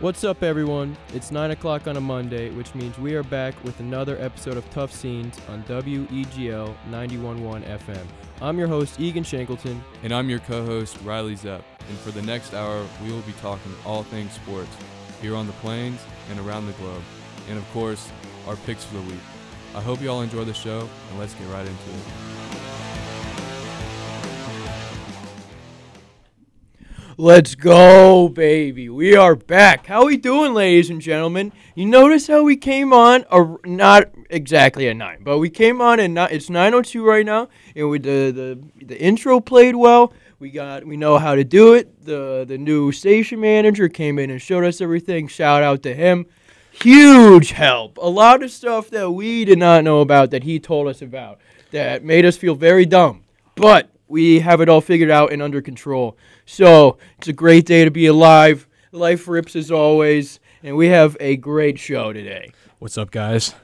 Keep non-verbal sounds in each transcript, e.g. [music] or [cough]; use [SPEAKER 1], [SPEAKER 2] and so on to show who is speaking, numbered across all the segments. [SPEAKER 1] What's up, everyone? It's 9 o'clock on a Monday, which means we are back with another episode of Tough Scenes on E WEGL 91.1 FM. I'm your host, Egan Shankleton.
[SPEAKER 2] And I'm your co host, Riley Zepp. And for the next hour, we will be talking all things sports here on the plains and around the globe. And of course, our picks for the week. I hope you all enjoy the show, and let's get right into it.
[SPEAKER 1] Let's go, baby. We are back. How we doing, ladies and gentlemen? You notice how we came on a, not exactly at nine, but we came on and it's nine oh two right now, and we the, the the intro played well. We got we know how to do it. The the new station manager came in and showed us everything. Shout out to him. Huge help. A lot of stuff that we did not know about that he told us about that made us feel very dumb. But we have it all figured out and under control. So it's a great day to be alive. Life rips as always, and we have a great show today.
[SPEAKER 3] What's up, guys?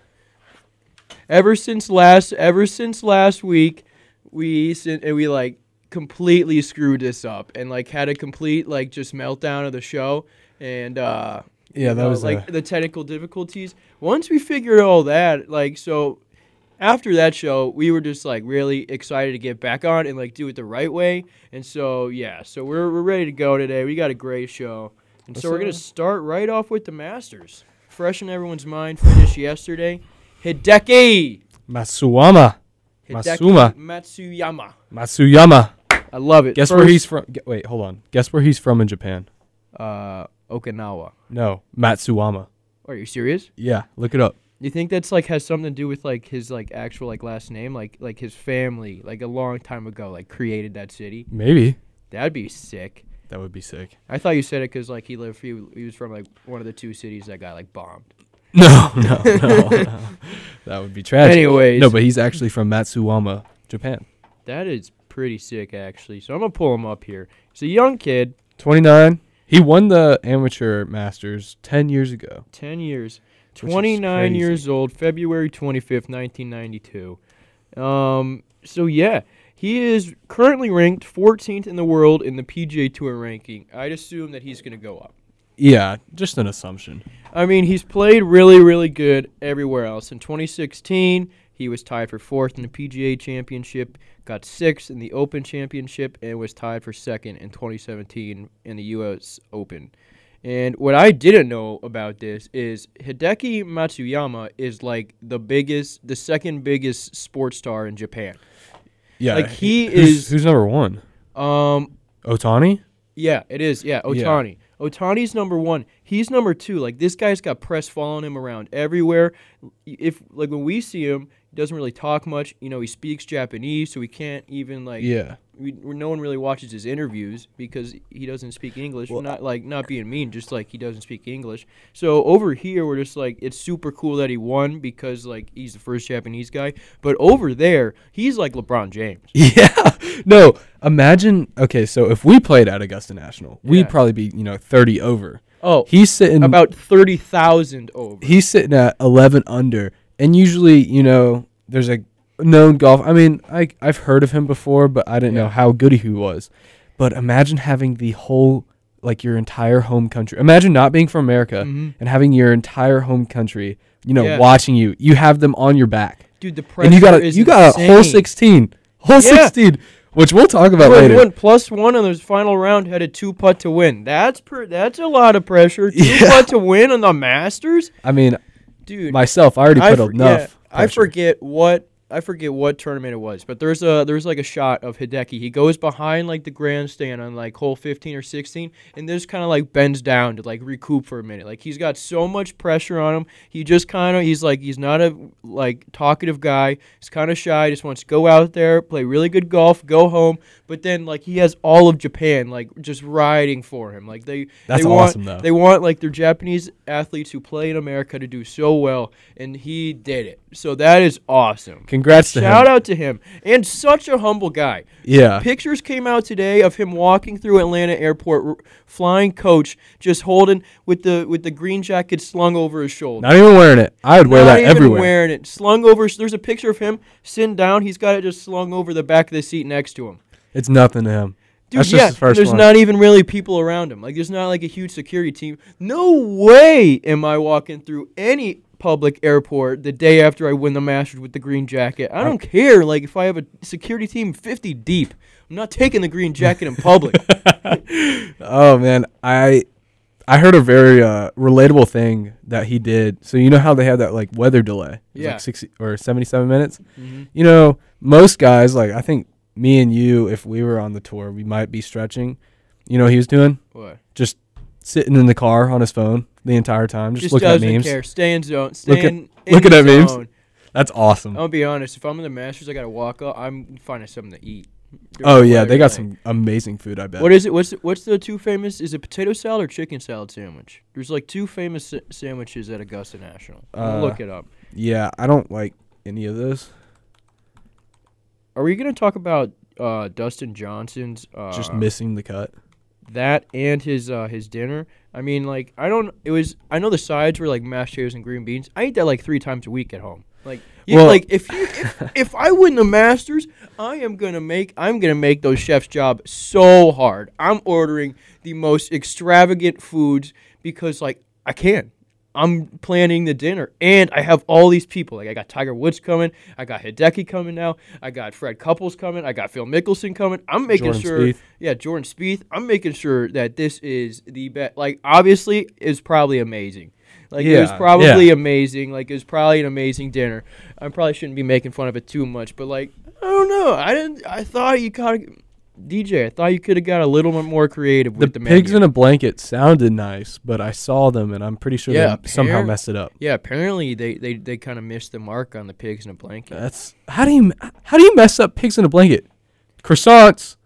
[SPEAKER 1] Ever since last, ever since last week, we sin- and we like completely screwed this up and like had a complete like just meltdown of the show and uh
[SPEAKER 3] Yeah, that
[SPEAKER 1] know,
[SPEAKER 3] was uh,
[SPEAKER 1] like
[SPEAKER 3] a-
[SPEAKER 1] the technical difficulties. Once we figured all that, like so after that show, we were just like really excited to get back on and like do it the right way. And so yeah, so we're we're ready to go today. We got a great show. And so
[SPEAKER 3] Let's,
[SPEAKER 1] we're gonna
[SPEAKER 3] uh,
[SPEAKER 1] start right off with the Masters. Fresh in everyone's mind, finished yesterday. Hideki
[SPEAKER 3] Matsuama.
[SPEAKER 1] Hideki
[SPEAKER 3] Masuma.
[SPEAKER 1] Matsuyama.
[SPEAKER 3] Matsuyama.
[SPEAKER 1] I love it.
[SPEAKER 3] Guess where
[SPEAKER 1] First-
[SPEAKER 3] he's from? Gu- Wait, hold on. Guess where he's from in Japan?
[SPEAKER 1] uh, Okinawa.
[SPEAKER 3] No, Matsuama.
[SPEAKER 1] Are you serious?
[SPEAKER 3] Yeah, look it up.
[SPEAKER 1] You think that's like has something to do with like his like actual like last name, like like his family, like a long time ago, like created that city?
[SPEAKER 3] Maybe
[SPEAKER 1] That'd be sick.
[SPEAKER 3] that would be sick.
[SPEAKER 1] I thought you said it because like he lived, he, he was from like one of the two cities that got like bombed.
[SPEAKER 3] [laughs]
[SPEAKER 2] [laughs]
[SPEAKER 3] No, no, no. no. that would be tragic.
[SPEAKER 1] Anyways,
[SPEAKER 3] no, but he's actually from Matsuama, Japan.
[SPEAKER 1] that is pretty sick actually. So I'm gonna pull him up here. He's a young kid,
[SPEAKER 3] Twenty nine. He won the amateur masters ten years ago.
[SPEAKER 1] ten years,
[SPEAKER 3] is
[SPEAKER 1] 29
[SPEAKER 3] crazy.
[SPEAKER 1] years old, February 25th, 1992. Um, so yeah, he is currently ranked 14th in the world in the PGA Tour ranking. I'd assume that he's gonna go up.
[SPEAKER 3] Yeah, just an assumption.
[SPEAKER 1] I mean, he's played really, really good everywhere else. In 2016, he was tied for fourth in the PGA Championship, got sixth in the Open Championship, and was tied for second in 2017 in the U.S. Open. And what I didn't know about this is Hideki Matsuyama is like the biggest, the second biggest sports star in Japan.
[SPEAKER 3] Yeah,
[SPEAKER 1] Like, he
[SPEAKER 3] who's-
[SPEAKER 1] is-
[SPEAKER 3] Who's number one?
[SPEAKER 1] Um,
[SPEAKER 3] Otani.
[SPEAKER 1] Yeah, it is. Yeah, Otani. Otani's number one. He's number two. Like this guy's got press following him around everywhere. If like when we see him, he doesn't really talk much. You know, he speaks Japanese, so we can't even like.
[SPEAKER 3] Yeah.
[SPEAKER 1] We, we- no one really watches his interviews because he doesn't speak English. not like not being mean, just like he doesn't speak English. So over here, we're just like it's super cool that he won because like he's the first Japanese guy. But over there, he's like LeBron James.
[SPEAKER 3] [laughs] Yeah. No, imagine. Okay, so if we played at Augusta National,
[SPEAKER 1] Yeah.
[SPEAKER 3] we'd probably be, you know, 30 over.
[SPEAKER 1] Oh,
[SPEAKER 3] He's sitting
[SPEAKER 1] about thirty thousand over.
[SPEAKER 3] he's sitting at 11 under. And usually, you know, there's a known golf. I mean, I I've heard of him before, but I didn't know
[SPEAKER 1] Yeah.
[SPEAKER 3] how good he was. But imagine having the whole like your entire home country. Imagine not being from America and having your entire home country, you know,
[SPEAKER 1] Mm-hmm. Yeah.
[SPEAKER 3] watching you. You have them on your back.
[SPEAKER 1] Dude, the pressure
[SPEAKER 3] And you got a,
[SPEAKER 1] is
[SPEAKER 3] you got a whole
[SPEAKER 1] insane.
[SPEAKER 3] 16. Whole
[SPEAKER 1] Yeah.
[SPEAKER 3] 16, which we'll talk about
[SPEAKER 1] Everyone
[SPEAKER 3] later.
[SPEAKER 1] won plus one on this final round had a two putt to win. That's per, that's a lot of
[SPEAKER 3] [laughs]
[SPEAKER 1] pressure. Two
[SPEAKER 3] Yeah.
[SPEAKER 1] putt to win on the Masters,
[SPEAKER 3] I mean,
[SPEAKER 1] dude.
[SPEAKER 3] myself, I already
[SPEAKER 1] I
[SPEAKER 3] put
[SPEAKER 1] for-
[SPEAKER 3] enough.
[SPEAKER 1] yeah, I
[SPEAKER 3] pressure.
[SPEAKER 1] forget what I forget what tournament it was, but there's a there's like a shot of Hideki. He goes behind like the grandstand on like hole 15 or 16, and this kind of like bends down to like recoup for a minute. Like he's got so much pressure on him. He just kind of he's like he's not a like talkative guy. He's kind of shy. Just wants to go out there, play really good golf, go home. But then like he has all of Japan like just riding for him. Like they
[SPEAKER 3] That's
[SPEAKER 1] they want-
[SPEAKER 3] awesome, though.
[SPEAKER 1] They want like their Japanese athletes who play in America to do so well, and he did it. So that is awesome.
[SPEAKER 3] Congrats to
[SPEAKER 1] Shout
[SPEAKER 3] him.
[SPEAKER 1] out to him, and such a humble guy.
[SPEAKER 3] Yeah.
[SPEAKER 1] Pictures came out today of him walking through Atlanta Airport, r- flying coach, just holding with the with the green jacket slung over his shoulder.
[SPEAKER 3] Not even wearing it. I would wear
[SPEAKER 1] Not
[SPEAKER 3] that
[SPEAKER 1] even
[SPEAKER 3] everywhere.
[SPEAKER 1] wearing it, slung over. There's a picture of him sitting down. He's got it just slung over the back of the seat next to him.
[SPEAKER 3] It's nothing to him.
[SPEAKER 1] Dude,
[SPEAKER 3] That's just
[SPEAKER 1] yeah,
[SPEAKER 3] the first
[SPEAKER 1] there's
[SPEAKER 3] one.
[SPEAKER 1] not even really people around him. Like, there's not like a huge security team. No way am I walking through any public airport the day after I win the Masters with the green jacket. I don't care. Like, if I have a security team 50 deep, I'm not taking the green jacket in
[SPEAKER 3] [laughs]
[SPEAKER 1] public.
[SPEAKER 3] Oh man, I I heard a very uh, relatable thing that he did. So you know how they have that like weather delay, It's
[SPEAKER 1] Yeah.
[SPEAKER 3] like sixty or seventy-seven minutes.
[SPEAKER 1] Mhm.
[SPEAKER 3] You know, most guys like I think me and you, if we were on the tour, we might be stretching. You know, what he was doing
[SPEAKER 1] What?
[SPEAKER 3] just sitting in the car on his phone the entire time, just,
[SPEAKER 1] Just
[SPEAKER 3] looking at
[SPEAKER 1] doesn't
[SPEAKER 3] memes.
[SPEAKER 1] care. Stay in zone. Stay
[SPEAKER 3] Look at-
[SPEAKER 1] in, in
[SPEAKER 3] looking
[SPEAKER 1] the
[SPEAKER 3] at memes.
[SPEAKER 1] zone.
[SPEAKER 3] That's awesome.
[SPEAKER 1] I'll be honest. If I'm in the Masters, I gotta walk up. I'm finding something to eat. during
[SPEAKER 3] oh
[SPEAKER 1] the
[SPEAKER 3] yeah,
[SPEAKER 1] weather
[SPEAKER 3] they got
[SPEAKER 1] delay.
[SPEAKER 3] some amazing food. I bet.
[SPEAKER 1] What is it? What's what's the two famous? Is it potato salad or chicken salad sandwich? There's like two famous sa- sandwiches at Augusta National. I'm gonna
[SPEAKER 3] Uh,
[SPEAKER 1] look it up.
[SPEAKER 3] yeah, I don't like any of those.
[SPEAKER 1] Are we gonna talk about uh, Dustin Johnson's uh,
[SPEAKER 3] just missing the cut.
[SPEAKER 1] that and his uh, his dinner? I mean, like I don't. It was I know the sides were like mashed potatoes and green beans. I eat that like three times a week at home. Like you,
[SPEAKER 3] Well-
[SPEAKER 1] like if you if, if I win the Masters, I am gonna make I'm gonna make those chefs' job so hard. I'm ordering the most extravagant foods because like I can. I'm planning the dinner, and I have all these people. Like I got Tiger Woods coming, I got Hideki coming now, I got Fred Couples coming, I got Phil Mickelson coming. I'm making
[SPEAKER 3] Jordan
[SPEAKER 1] sure,
[SPEAKER 3] Spieth.
[SPEAKER 1] yeah, Jordan Spieth. I'm making sure that this is the best. Like obviously, it's probably amazing. Like it was
[SPEAKER 3] Yeah,
[SPEAKER 1] probably amazing. Like it was probably an amazing dinner. I probably shouldn't be making fun of it too much, but like I don't know. I didn't. I thought you caught DJ. I thought you could have got a little bit more creative
[SPEAKER 3] The,
[SPEAKER 1] with the
[SPEAKER 3] pigs
[SPEAKER 1] menu.
[SPEAKER 3] in a blanket sounded nice, but I saw them and I'm pretty sure
[SPEAKER 1] Yeah,
[SPEAKER 3] they somehow
[SPEAKER 1] pear-
[SPEAKER 3] messed it up.
[SPEAKER 1] yeah, apparently they they, they kind of missed the mark on the pigs in a blanket.
[SPEAKER 3] That's how do you how do you mess up pigs in a blanket? Croissants,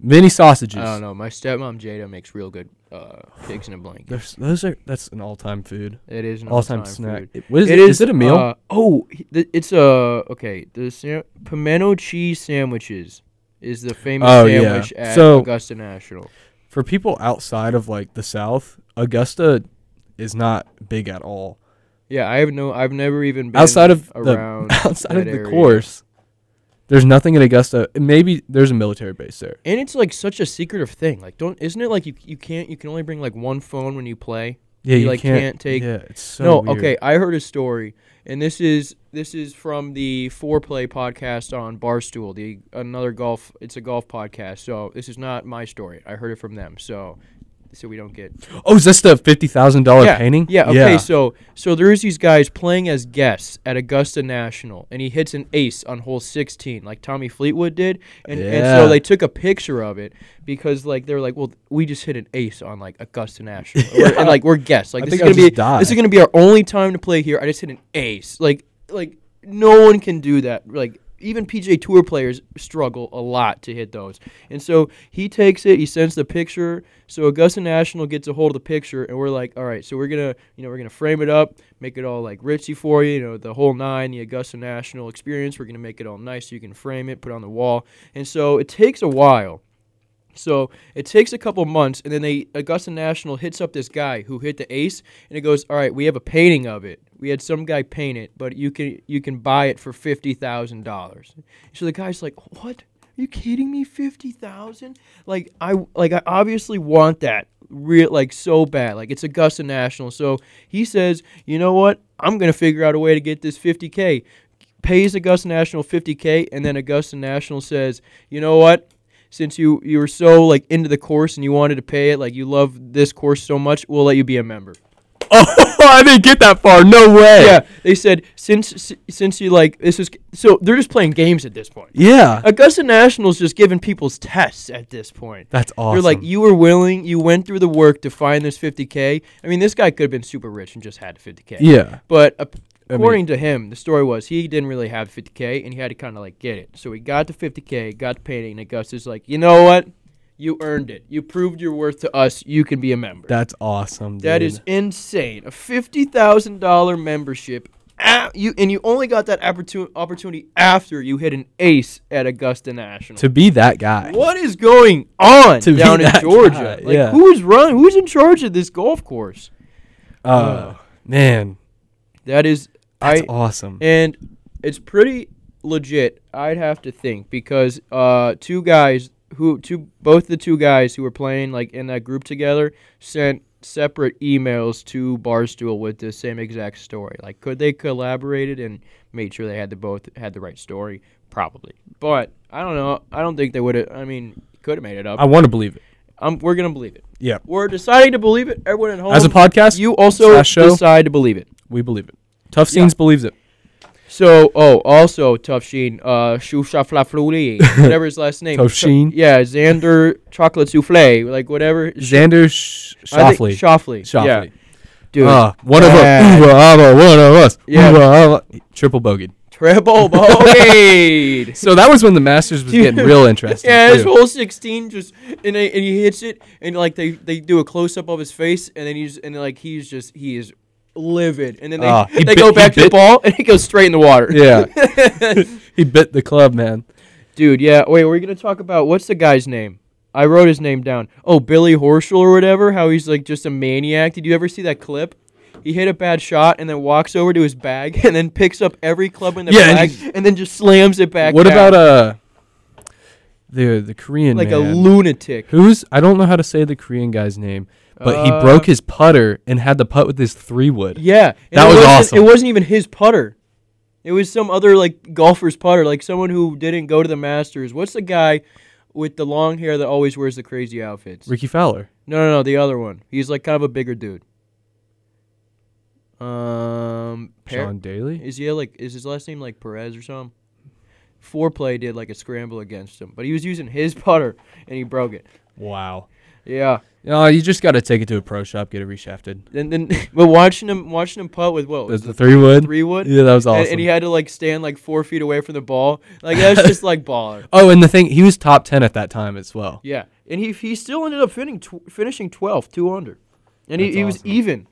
[SPEAKER 3] mini sausages.
[SPEAKER 1] I don't know. My stepmom Jada makes real good uh, pigs in a blanket.
[SPEAKER 3] There's, those are that's an all time food,
[SPEAKER 1] It is an
[SPEAKER 3] all time
[SPEAKER 1] all-time
[SPEAKER 3] snack.
[SPEAKER 1] food.
[SPEAKER 3] It- what is
[SPEAKER 1] It
[SPEAKER 3] it? Is it a meal?
[SPEAKER 1] Uh, oh, he- th- it's a okay. The sam- pimento cheese sandwiches is the famous
[SPEAKER 3] Oh, yeah.
[SPEAKER 1] sandwich at
[SPEAKER 3] So-
[SPEAKER 1] Augusta National.
[SPEAKER 3] For people outside of like the South, Augusta is not big at all.
[SPEAKER 1] Yeah, I have no. I've never even been
[SPEAKER 3] outside of the
[SPEAKER 1] around [laughs]
[SPEAKER 3] [laughs] outside of
[SPEAKER 1] that
[SPEAKER 3] the
[SPEAKER 1] area.
[SPEAKER 3] course, there's nothing in Augusta. Maybe there's a military base there.
[SPEAKER 1] And it's like such a secretive thing. Like, don't isn't it like you you can't you can only bring like one phone when you play.
[SPEAKER 3] Yeah,
[SPEAKER 1] You,
[SPEAKER 3] you,
[SPEAKER 1] like,
[SPEAKER 3] can't,
[SPEAKER 1] can't take-
[SPEAKER 3] Yeah, it's so
[SPEAKER 1] no,
[SPEAKER 3] weird.
[SPEAKER 1] okay. I heard a story, and this is this is from the Foreplay podcast on Barstool, the another golf. It's a golf podcast, so this is not my story. I heard it from them, so so we don't get
[SPEAKER 3] Oh, is this the fifty thousand dollar
[SPEAKER 1] yeah,
[SPEAKER 3] painting?
[SPEAKER 1] Yeah. Okay. So so there's these guys playing as guests at Augusta National, and he hits an ace on hole 16, like Tommy Fleetwood did, and, and
[SPEAKER 3] Yeah.
[SPEAKER 1] so they took a picture of it because like they were like, well, we just hit an ace on like Augusta National, Or- and like we're guests. Like
[SPEAKER 3] I
[SPEAKER 1] this is
[SPEAKER 3] think
[SPEAKER 1] gonna
[SPEAKER 3] I'll
[SPEAKER 1] be
[SPEAKER 3] just die.
[SPEAKER 1] this is gonna be our only time to play here. I just hit an ace. Like like no one can do that. Like. Even PJ Tour players struggle a lot to hit those. And so he takes it, he sends the picture. So Augusta National gets a hold of the picture, and we're like, all right, so we're gonna, you know, we're gonna frame it up, make it all like ritzy for you, you know, the whole nine, the Augusta National experience. We're gonna make it all nice so you can frame it, put it on the wall. And so it takes a while. So it takes a couple months, and then they Augusta National hits up this guy who hit the ace, and it goes, "All right, we have a painting of it. We had some guy paint it, but you can you can buy it for fifty thousand dollars." So the guy's like, "What? Are you kidding me? Fifty thousand? Like I like I obviously want that real like so bad. Like it's Augusta National." So he says, "You know what? I'm gonna figure out a way to get this fifty k." Pays Augusta National 50k, and then Augusta National says, "You know what? since you you were so like into the course and you wanted to pay it, like you love this course so much, we'll let you be a member.
[SPEAKER 3] [laughs] Oh, I didn't get that far. No way.
[SPEAKER 1] Yeah, they said since si- since you like this is so they're just playing games at this point.
[SPEAKER 3] Yeah.
[SPEAKER 1] Augusta Nationals just giving people's tests at this point.
[SPEAKER 3] That's awesome.
[SPEAKER 1] They're like, you were willing, you went through the work to find this 50k. I mean, this guy could have been super rich and just had the 50k.
[SPEAKER 3] yeah.
[SPEAKER 1] But ap-
[SPEAKER 3] I mean-
[SPEAKER 1] according to him, the story was he didn't really have 50k, and he had to kind of like get it. So he got the 50k, got the painting, and Gus is like, you know what? You earned it. You proved your worth to us. You can be a member.
[SPEAKER 3] That's awesome.
[SPEAKER 1] that
[SPEAKER 3] dude.
[SPEAKER 1] is insane. A fifty thousand dollar membership. Ah, you and you only got that opportunity opportunity after you hit an ace at Augusta National.
[SPEAKER 3] to be that guy.
[SPEAKER 1] what is going on
[SPEAKER 3] To be
[SPEAKER 1] down in
[SPEAKER 3] that
[SPEAKER 1] Georgia?
[SPEAKER 3] guy,
[SPEAKER 1] like
[SPEAKER 3] yeah.
[SPEAKER 1] who is running? Who's in charge of this golf course?
[SPEAKER 3] Uh, man,
[SPEAKER 1] That is
[SPEAKER 3] that's
[SPEAKER 1] I
[SPEAKER 3] awesome.
[SPEAKER 1] And it's pretty legit, I'd have to think, because uh, two guys who two both the two guys who were playing like in that group together sent separate emails to Barstool with the same exact story. Like, could they collaborated and made sure they had the both had the right story? Probably, but I don't know. I don't think they would have. I mean, could have made it up.
[SPEAKER 3] I want to believe it.
[SPEAKER 1] um, we're gonna believe it.
[SPEAKER 3] Yeah.
[SPEAKER 1] We're deciding to believe it. Everyone at home,
[SPEAKER 3] As a podcast,
[SPEAKER 1] Um, you also
[SPEAKER 3] slash show,
[SPEAKER 1] decide to believe it.
[SPEAKER 3] we believe it. Tough Scenes believes it.
[SPEAKER 1] So, oh, also Tough Sheen, uh,
[SPEAKER 3] [laughs]
[SPEAKER 1] Shuflafluli, whatever his last name.
[SPEAKER 3] Tough Sheen?
[SPEAKER 1] yeah, Xander Chocolate Souffle, like whatever.
[SPEAKER 3] Xander Sh-
[SPEAKER 1] I think-
[SPEAKER 3] Shoffley.
[SPEAKER 1] Shoffley. Yeah,
[SPEAKER 3] Shoffley.
[SPEAKER 1] dude.
[SPEAKER 3] Ah, [laughs] one of us.
[SPEAKER 1] bad.
[SPEAKER 3] We were all- one of us. We
[SPEAKER 1] Yeah.
[SPEAKER 3] were all- Triple bogey. [laughs]
[SPEAKER 1] Triple bogeyed.
[SPEAKER 3] So that was when the Masters
[SPEAKER 1] [laughs]
[SPEAKER 3] was
[SPEAKER 1] Dude.
[SPEAKER 3] getting real interesting.
[SPEAKER 1] Yeah, his
[SPEAKER 3] too.
[SPEAKER 1] whole sixteen just and, they, and he hits it and like they, they do a close up of his face and then he's and like he's just he is livid and then they,
[SPEAKER 3] Ah, he
[SPEAKER 1] they
[SPEAKER 3] bit-
[SPEAKER 1] go
[SPEAKER 3] he
[SPEAKER 1] back to the
[SPEAKER 3] bit-
[SPEAKER 1] ball and he goes straight in the water. [laughs]
[SPEAKER 3] Yeah. he bit the club, man.
[SPEAKER 1] Dude, yeah. Wait, we're gonna talk about what's the guy's name? I wrote his name down. Oh, Billy Horschel or whatever. How he's like just a maniac. Did you ever see that clip? He hit a bad shot and then walks over to his bag and then picks up every club in the
[SPEAKER 3] Yeah, and
[SPEAKER 1] bag
[SPEAKER 3] he's-
[SPEAKER 1] and, then just slams it back.
[SPEAKER 3] What
[SPEAKER 1] down.
[SPEAKER 3] about uh the the Korean
[SPEAKER 1] like a
[SPEAKER 3] man?
[SPEAKER 1] lunatic?
[SPEAKER 3] Who's I don't know how to say the Korean guy's name, but
[SPEAKER 1] Uh,
[SPEAKER 3] he broke his putter and had the putt with his three wood.
[SPEAKER 1] Yeah, and
[SPEAKER 3] That
[SPEAKER 1] it
[SPEAKER 3] was
[SPEAKER 1] wasn't-
[SPEAKER 3] awesome.
[SPEAKER 1] It wasn't even his putter. It was some other like golfer's putter, like someone who didn't go to the Masters. What's the guy with the long hair that always wears the crazy outfits?
[SPEAKER 3] Ricky Fowler.
[SPEAKER 1] No, no, no, the other one. He's like kind of a bigger dude. Um, Per-
[SPEAKER 3] Sean Daly.
[SPEAKER 1] is he like is his last name like Perez or something? Foreplay did like a scramble against him, but he was using his [laughs] putter and he broke it.
[SPEAKER 3] Wow.
[SPEAKER 1] Yeah,
[SPEAKER 3] No, Oh, you just got to take it to a pro shop, get it reshafted.
[SPEAKER 1] and then [laughs] but watching him watching him putt with what
[SPEAKER 3] The,
[SPEAKER 1] was
[SPEAKER 3] the three wood.
[SPEAKER 1] three wood?
[SPEAKER 3] Yeah, that was
[SPEAKER 1] And-
[SPEAKER 3] awesome.
[SPEAKER 1] And, he had to like stand like four feet away from the ball. Like that's just like baller.
[SPEAKER 3] oh, and the thing he was top ten at that time as well.
[SPEAKER 1] Yeah, and he he still ended up finishing tw- finishing twelfth, two under, and he,
[SPEAKER 3] That's
[SPEAKER 1] he was
[SPEAKER 3] awesome.
[SPEAKER 1] even.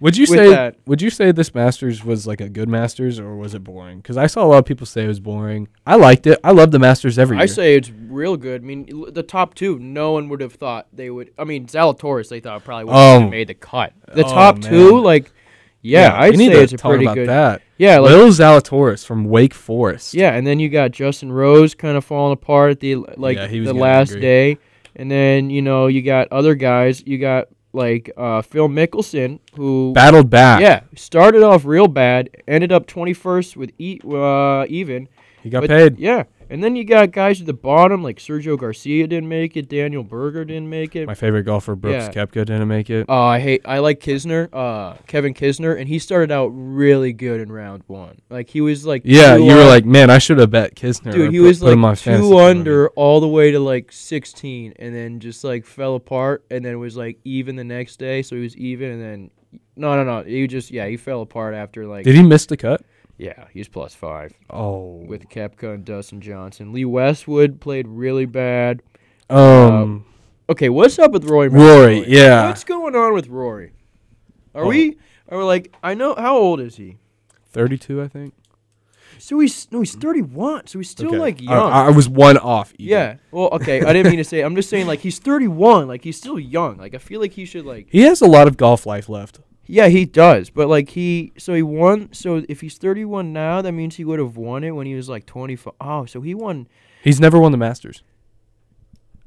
[SPEAKER 3] Would you
[SPEAKER 1] with
[SPEAKER 3] say
[SPEAKER 1] that.
[SPEAKER 3] would you say this Masters was like a good Masters or was it boring? Because I saw a lot of people say it was boring. I liked it. I love the Masters every year.
[SPEAKER 1] I say it's real good. I mean, l- the top two, no one would have thought they would. I mean, Zalatoris, they thought probably would have
[SPEAKER 3] Oh.
[SPEAKER 1] made the cut. The
[SPEAKER 3] Oh,
[SPEAKER 1] top two,
[SPEAKER 3] man.
[SPEAKER 1] like, yeah,
[SPEAKER 3] I
[SPEAKER 1] I'd
[SPEAKER 3] need
[SPEAKER 1] say
[SPEAKER 3] to
[SPEAKER 1] it's a
[SPEAKER 3] talk
[SPEAKER 1] pretty
[SPEAKER 3] about
[SPEAKER 1] good.
[SPEAKER 3] that.
[SPEAKER 1] Yeah, like,
[SPEAKER 3] Lil Zalatoris from Wake Forest.
[SPEAKER 1] yeah, and then you got Justin Rose kind of falling apart at the like
[SPEAKER 3] Yeah, he was
[SPEAKER 1] the
[SPEAKER 3] getting
[SPEAKER 1] last
[SPEAKER 3] angry.
[SPEAKER 1] day, and then you know you got other guys. You got like uh, Phil Mickelson, who
[SPEAKER 3] battled back.
[SPEAKER 1] yeah started off real bad, ended up twenty first with e- uh, even,
[SPEAKER 3] he got
[SPEAKER 1] But-
[SPEAKER 3] paid.
[SPEAKER 1] Yeah. And then you got guys at the bottom like Sergio Garcia didn't make it, Daniel Berger didn't make it.
[SPEAKER 3] My favorite golfer, Brooks
[SPEAKER 1] Yeah.
[SPEAKER 3] Koepka, didn't make it.
[SPEAKER 1] Oh, I hate I like Kisner, uh Kevin Kisner, and he started out really good in round 1. Like he was like
[SPEAKER 3] yeah,
[SPEAKER 1] two
[SPEAKER 3] you were
[SPEAKER 1] un-
[SPEAKER 3] like, man, I should have bet Kisner. or
[SPEAKER 1] Dude, he
[SPEAKER 3] put-
[SPEAKER 1] was
[SPEAKER 3] put him on
[SPEAKER 1] like
[SPEAKER 3] fantasy
[SPEAKER 1] two
[SPEAKER 3] team, I mean.
[SPEAKER 1] under all the way to like 16 and then just like fell apart and then was like even the next day, so he was even and then no, no, no. He just yeah, he fell apart after like
[SPEAKER 3] Did he miss the cut?
[SPEAKER 1] yeah, he's plus 5
[SPEAKER 3] Oh,
[SPEAKER 1] with Kepka and Dustin Johnson. Lee Westwood played really bad.
[SPEAKER 3] um,
[SPEAKER 1] uh, Okay, what's up with Roy?
[SPEAKER 3] Rory,
[SPEAKER 1] McIlroy?
[SPEAKER 3] yeah.
[SPEAKER 1] What's going on with Rory? Are
[SPEAKER 3] Oh.
[SPEAKER 1] we? Are we like? I know. How old is he?
[SPEAKER 3] thirty-two, I think.
[SPEAKER 1] So he's no, he's thirty-one. So he's still
[SPEAKER 3] Okay. Uh,
[SPEAKER 1] like
[SPEAKER 3] I-
[SPEAKER 1] young.
[SPEAKER 3] I, I was one off. Ethan.
[SPEAKER 1] yeah. Well, okay. I didn't mean to say. I'm just saying like he's thirty-one. Like he's still young. Like I feel like he should like.
[SPEAKER 3] he has a lot of golf life left.
[SPEAKER 1] Yeah, he does. But like he, so he won. So if he's thirty-one now, that means he would have won it when he was like twenty-five. Oh, so he won.
[SPEAKER 3] He's never won the Masters.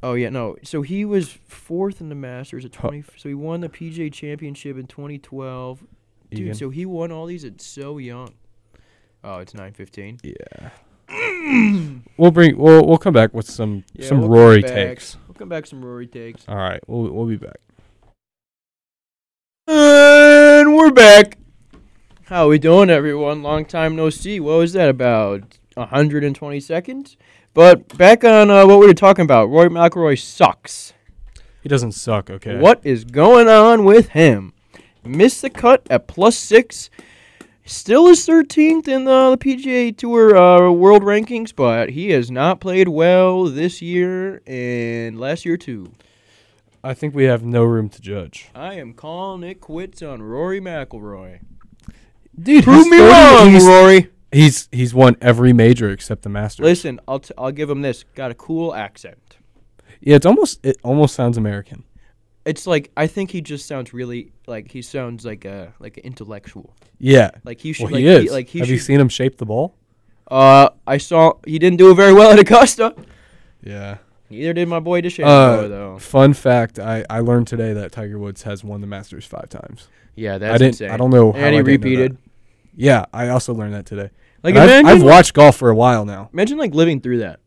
[SPEAKER 1] Oh yeah, no. So he was fourth in the Masters at
[SPEAKER 3] Huh.
[SPEAKER 1] twenty. So he won the PJ Championship in 2012. Dude,
[SPEAKER 3] Egan.
[SPEAKER 1] so he won all these at so young. Oh, it's nine
[SPEAKER 3] [clears throat]
[SPEAKER 1] fifteen.
[SPEAKER 3] yeah. we'll bring. We'll we'll come back with some some Rory takes.
[SPEAKER 1] We'll come back some Rory takes.
[SPEAKER 3] All right, we'll we'll be back.
[SPEAKER 1] And we're back. How we doing, everyone? Long time no see. What was that about? hundred and twenty seconds. But back on uh, what we were talking about, Roy McIlroy sucks.
[SPEAKER 3] He doesn't suck. Okay.
[SPEAKER 1] What is going on with him? Missed the cut at plus six. Still is 13th in the, the PGA Tour uh, world rankings, but he has not played well this year and last year too.
[SPEAKER 3] I think we have no room to judge.
[SPEAKER 1] I am calling it quits on Rory McIlroy.
[SPEAKER 3] Dude,
[SPEAKER 1] Prove me wrong, Rory.
[SPEAKER 3] He's he's won every major except the Masters.
[SPEAKER 1] Listen, I'll, t- I'll give him this. Got a cool accent.
[SPEAKER 3] yeah, it's almost it almost sounds American.
[SPEAKER 1] It's like I think he just sounds really like he sounds like a like an intellectual.
[SPEAKER 3] Yeah.
[SPEAKER 1] Like he should
[SPEAKER 3] Well,
[SPEAKER 1] like,
[SPEAKER 3] he is.
[SPEAKER 1] like he
[SPEAKER 3] have
[SPEAKER 1] should,
[SPEAKER 3] you seen him shape the ball?
[SPEAKER 1] Uh, I saw he didn't do very well at Augusta.
[SPEAKER 3] Yeah.
[SPEAKER 1] Neither did my boy DeShambo
[SPEAKER 3] Uh,
[SPEAKER 1] though.
[SPEAKER 3] Fun fact: I, I learned today that Tiger Woods has won the Masters five times.
[SPEAKER 1] Yeah, that's
[SPEAKER 3] I didn't.
[SPEAKER 1] insane.
[SPEAKER 3] I don't know. how I
[SPEAKER 1] and he
[SPEAKER 3] didn't know that.
[SPEAKER 1] repeated.
[SPEAKER 3] Yeah, I also learned that today.
[SPEAKER 1] Like
[SPEAKER 3] And I've,
[SPEAKER 1] imagine,
[SPEAKER 3] I've
[SPEAKER 1] like-
[SPEAKER 3] watched golf for a while now.
[SPEAKER 1] imagine like living through that,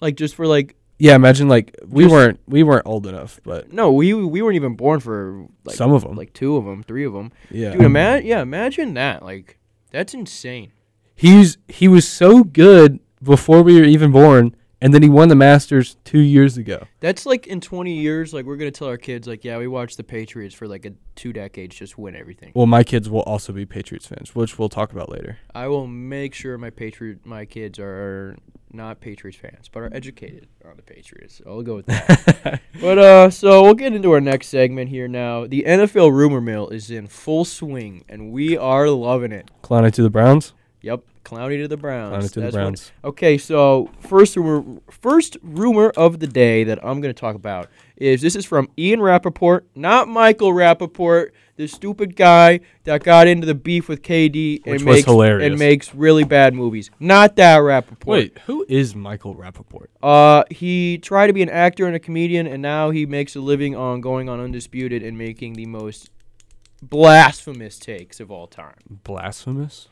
[SPEAKER 1] like just for like
[SPEAKER 3] Yeah, imagine like we
[SPEAKER 1] Just-
[SPEAKER 3] weren't we weren't old enough, but
[SPEAKER 1] no, we we weren't even born for like
[SPEAKER 3] some of them.
[SPEAKER 1] like two of them, three of them.
[SPEAKER 3] yeah,
[SPEAKER 1] Dude, imagine yeah, imagine that. Like that's insane.
[SPEAKER 3] he's he was so good before we were even born, and then he won the Masters two years ago.
[SPEAKER 1] That's like in 20 years, like we're gonna tell our kids, like yeah, we watched the Patriots for like a two decades, just win everything.
[SPEAKER 3] Well, my kids will also be Patriots fans, which we'll talk about later.
[SPEAKER 1] I will make sure my Patriot, my kids are not Patriots fans, but are educated on the Patriots. I'll go with that.
[SPEAKER 3] [laughs]
[SPEAKER 1] but uh, so we'll get into our next segment here now. The NFL rumor mill is in full swing, and we are loving it.
[SPEAKER 3] Clowney to the Browns.
[SPEAKER 1] Yep, Clowney to the Browns.
[SPEAKER 3] Clowney to the
[SPEAKER 1] That's what-
[SPEAKER 3] Browns.
[SPEAKER 1] Okay, so first rumor, first rumor of the day that I'm going to talk about is this is from Ian Rappaport, not Michael Rappaport, the stupid guy that got into the beef with KD and
[SPEAKER 3] Which was
[SPEAKER 1] makes
[SPEAKER 3] hilarious.
[SPEAKER 1] and makes really bad movies. Not that Rappaport.
[SPEAKER 3] Wait, who is Michael Rappaport?
[SPEAKER 1] Uh, he tried to be an actor and a comedian, and now he makes a living on going on Undisputed and making the most blasphemous takes of all time.
[SPEAKER 3] Blasphemous.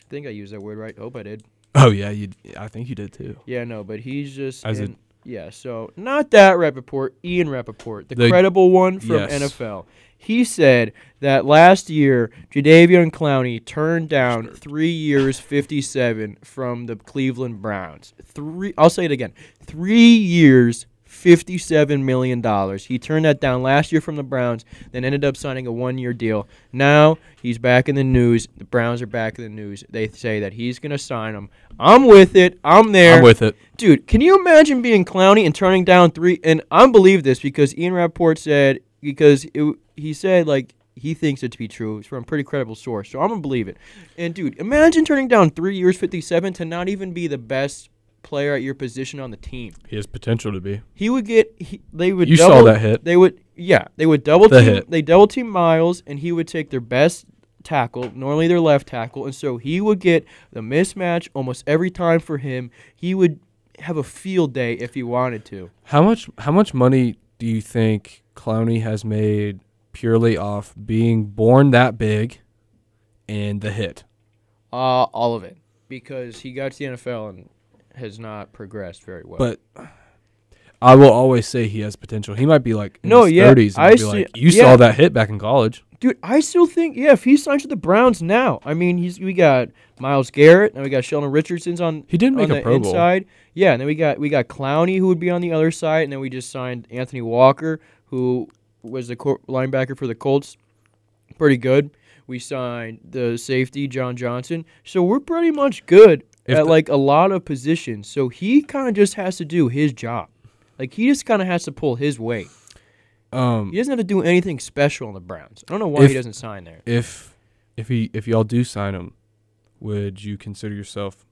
[SPEAKER 1] I think I used that word right. Hope I did.
[SPEAKER 3] Oh yeah, you. I think you did too.
[SPEAKER 1] Yeah, no, but he's just
[SPEAKER 3] As a-
[SPEAKER 1] in- yeah. So not that Rappaport, Ian Rappaport, the,
[SPEAKER 3] The-
[SPEAKER 1] credible one from
[SPEAKER 3] yes.
[SPEAKER 1] NFL. He said that last year, Jadavion Clowney turned down three years, fifty-seven from the Cleveland Browns. Three. I'll say it again. Three years. $57 million. He turned that down last year from the Browns, then ended up signing a one year deal. Now he's back in the news. The Browns are back in the news. They say that he's going to sign him. I'm with it. I'm there.
[SPEAKER 3] I'm with it.
[SPEAKER 1] Dude, can you imagine being Clowney and turning down three? And I believe this because Ian Rapport said because it, he said like he thinks it to be true. It's from a pretty credible source, so I'm gonna believe it. And dude, imagine turning down three years, fifty-seven, to not even be the best player at your position on the team.
[SPEAKER 3] He has potential to be.
[SPEAKER 1] He would get. He, they would.
[SPEAKER 3] You saw
[SPEAKER 1] double,
[SPEAKER 3] that hit.
[SPEAKER 1] They would. Yeah, they would double
[SPEAKER 3] The
[SPEAKER 1] team.
[SPEAKER 3] hit.
[SPEAKER 1] They double team Miles, and he would take their best tackle, normally their left tackle, and so he would get the mismatch almost every time for him. He would have a field day if he wanted to.
[SPEAKER 3] How much? How much money do you think Clowney has made purely off being born that big, and the hit?
[SPEAKER 1] Uh, all of it because he got to the NFL and has not progressed very well.
[SPEAKER 3] But I will always say he has potential. He might be like in
[SPEAKER 1] No,
[SPEAKER 3] his
[SPEAKER 1] yeah,
[SPEAKER 3] 30s. And
[SPEAKER 1] I
[SPEAKER 3] be
[SPEAKER 1] see-
[SPEAKER 3] like, you
[SPEAKER 1] yeah.
[SPEAKER 3] saw that hit back in college.
[SPEAKER 1] Dude, I still think yeah. If he signs with the Browns now, I mean, he's we got Miles Garrett, and we got Sheldon Richardson's on.
[SPEAKER 3] He did make
[SPEAKER 1] on
[SPEAKER 3] a
[SPEAKER 1] the
[SPEAKER 3] Pro Bowl.
[SPEAKER 1] inside. Yeah, and then we got we got Clowney who would be on the other side, and then we just signed Anthony Walker who was the cor- linebacker for the Colts, pretty good. We signed the safety John Johnson, so we're pretty much good
[SPEAKER 3] If
[SPEAKER 1] at
[SPEAKER 3] the-
[SPEAKER 1] like a lot of positions. So he kind of just has to do his job, like he just kind of has to pull his weight.
[SPEAKER 3] Um,
[SPEAKER 1] He doesn't have to do anything special on the Browns. I don't know why
[SPEAKER 3] If-
[SPEAKER 1] he doesn't sign there.
[SPEAKER 3] if if he if y'all do sign him, would you consider yourself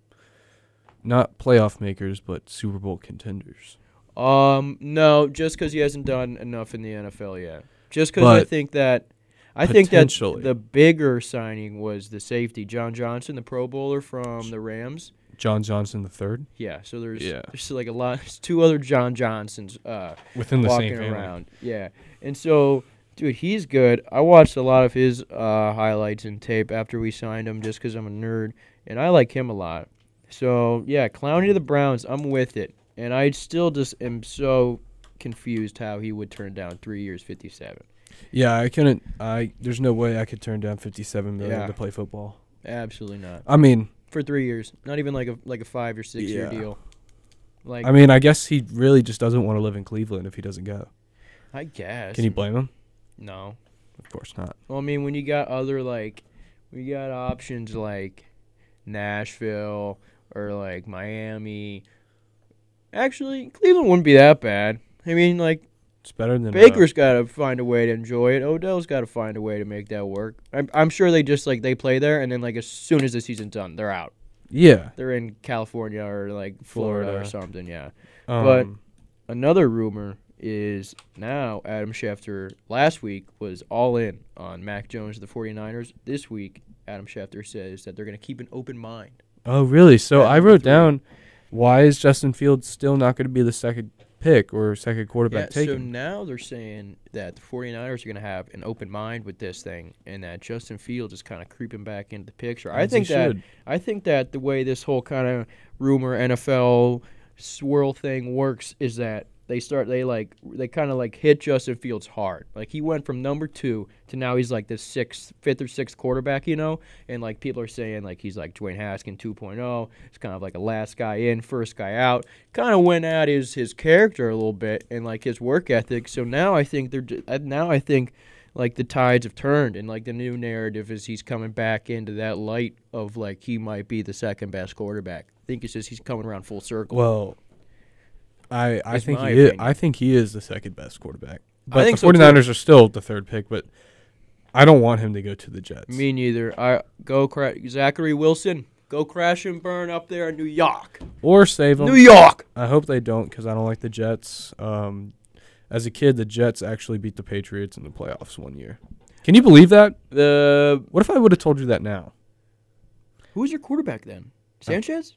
[SPEAKER 3] not playoff makers but Super Bowl contenders?
[SPEAKER 1] Um, no, just because he hasn't done enough in the NFL yet. Just because I
[SPEAKER 3] But
[SPEAKER 1] think that, I think that
[SPEAKER 3] potentially.
[SPEAKER 1] the bigger signing was the safety John Johnson, the Pro Bowler from the Rams.
[SPEAKER 3] John Johnson the third
[SPEAKER 1] Yeah, so there's
[SPEAKER 3] Yeah.
[SPEAKER 1] there's like a lot. There's two other John Johnsons uh,
[SPEAKER 3] within the
[SPEAKER 1] walking
[SPEAKER 3] same family.
[SPEAKER 1] around. Yeah, and so dude, he's good. I watched a lot of his uh, highlights and tape after we signed him, just because I'm a nerd and I like him a lot. So yeah, Clowney to the Browns, I'm with it, and I still just am so confused how he would turn down three years, fifty-seven.
[SPEAKER 3] Yeah, I couldn't. I there's no way I could turn down 57 million
[SPEAKER 1] Yeah.
[SPEAKER 3] to play football.
[SPEAKER 1] Absolutely not
[SPEAKER 3] I mean,
[SPEAKER 1] for three years. Not even like a like a five or six year
[SPEAKER 3] Yeah.
[SPEAKER 1] deal. Like
[SPEAKER 3] I mean, I guess he really just doesn't want to live in Cleveland if he doesn't go.
[SPEAKER 1] I guess.
[SPEAKER 3] Can you blame him?
[SPEAKER 1] No.
[SPEAKER 3] Of course not.
[SPEAKER 1] Well, I mean, when you got other like, we got options like Nashville or like Miami. Actually, Cleveland wouldn't be that bad. I mean, like
[SPEAKER 3] It's better than uh,
[SPEAKER 1] Baker's got to find a way to enjoy it. Odell's got to find a way to make that work. I'm, I'm sure they just like they play there, and then like as soon as the season's done, they're out.
[SPEAKER 3] yeah.
[SPEAKER 1] They're in California or like Florida, or
[SPEAKER 3] Florida.
[SPEAKER 1] something. Yeah.
[SPEAKER 3] Um,
[SPEAKER 1] But- Another rumor is now Adam Schefter last week was all in on Mac Jones of the 49ers. This week, Adam Schefter says that they're going to keep an open mind.
[SPEAKER 3] Oh, really? So
[SPEAKER 1] Yeah,
[SPEAKER 3] I
[SPEAKER 1] number
[SPEAKER 3] wrote
[SPEAKER 1] three.
[SPEAKER 3] down why is Justin Fields still not going to be the second pick or second
[SPEAKER 1] Yeah,
[SPEAKER 3] quarterback
[SPEAKER 1] so
[SPEAKER 3] taken.
[SPEAKER 1] now they're saying that the 49ers are going to have an open mind with this thing and that Justin Fields is kind of creeping back into the picture. I
[SPEAKER 3] As he
[SPEAKER 1] think that
[SPEAKER 3] should.
[SPEAKER 1] I think that the way this whole kind of rumor NFL swirl thing works is that they start they like they kind of like hit Justin Fields hard. Like he went from number 2 to now he's like the sixth fifth or sixth quarterback, you know? And like people are saying like he's like Dwayne Haskin 2.0. It's oh. kind of like a last guy in, first guy out. Kind of went at his his character a little bit and like his work ethic. So now I think they're ju- uh, now I think like the tides have turned and like the new narrative is he's coming back into that light of like he might be the second best quarterback. I think it's just he's coming around full circle.
[SPEAKER 3] Well, I I
[SPEAKER 1] That's
[SPEAKER 3] think he
[SPEAKER 1] my
[SPEAKER 3] is,
[SPEAKER 1] opinion.
[SPEAKER 3] I think he is the second best quarterback. But
[SPEAKER 1] think
[SPEAKER 3] the
[SPEAKER 1] so, too.
[SPEAKER 3] 49ers are still the third pick, but I don't want him to go to the Jets.
[SPEAKER 1] Me neither. I go cra- Zachary Wilson. Go crash and burn up there in New York.
[SPEAKER 3] or save him.
[SPEAKER 1] New York.
[SPEAKER 3] I hope they don't because I don't like the Jets. Um, as a kid, the Jets actually beat the Patriots in the playoffs one year. Can you believe that?
[SPEAKER 1] The
[SPEAKER 3] What if I would have told you that now?
[SPEAKER 1] who was your quarterback then?
[SPEAKER 3] Uh,
[SPEAKER 1] Sanchez?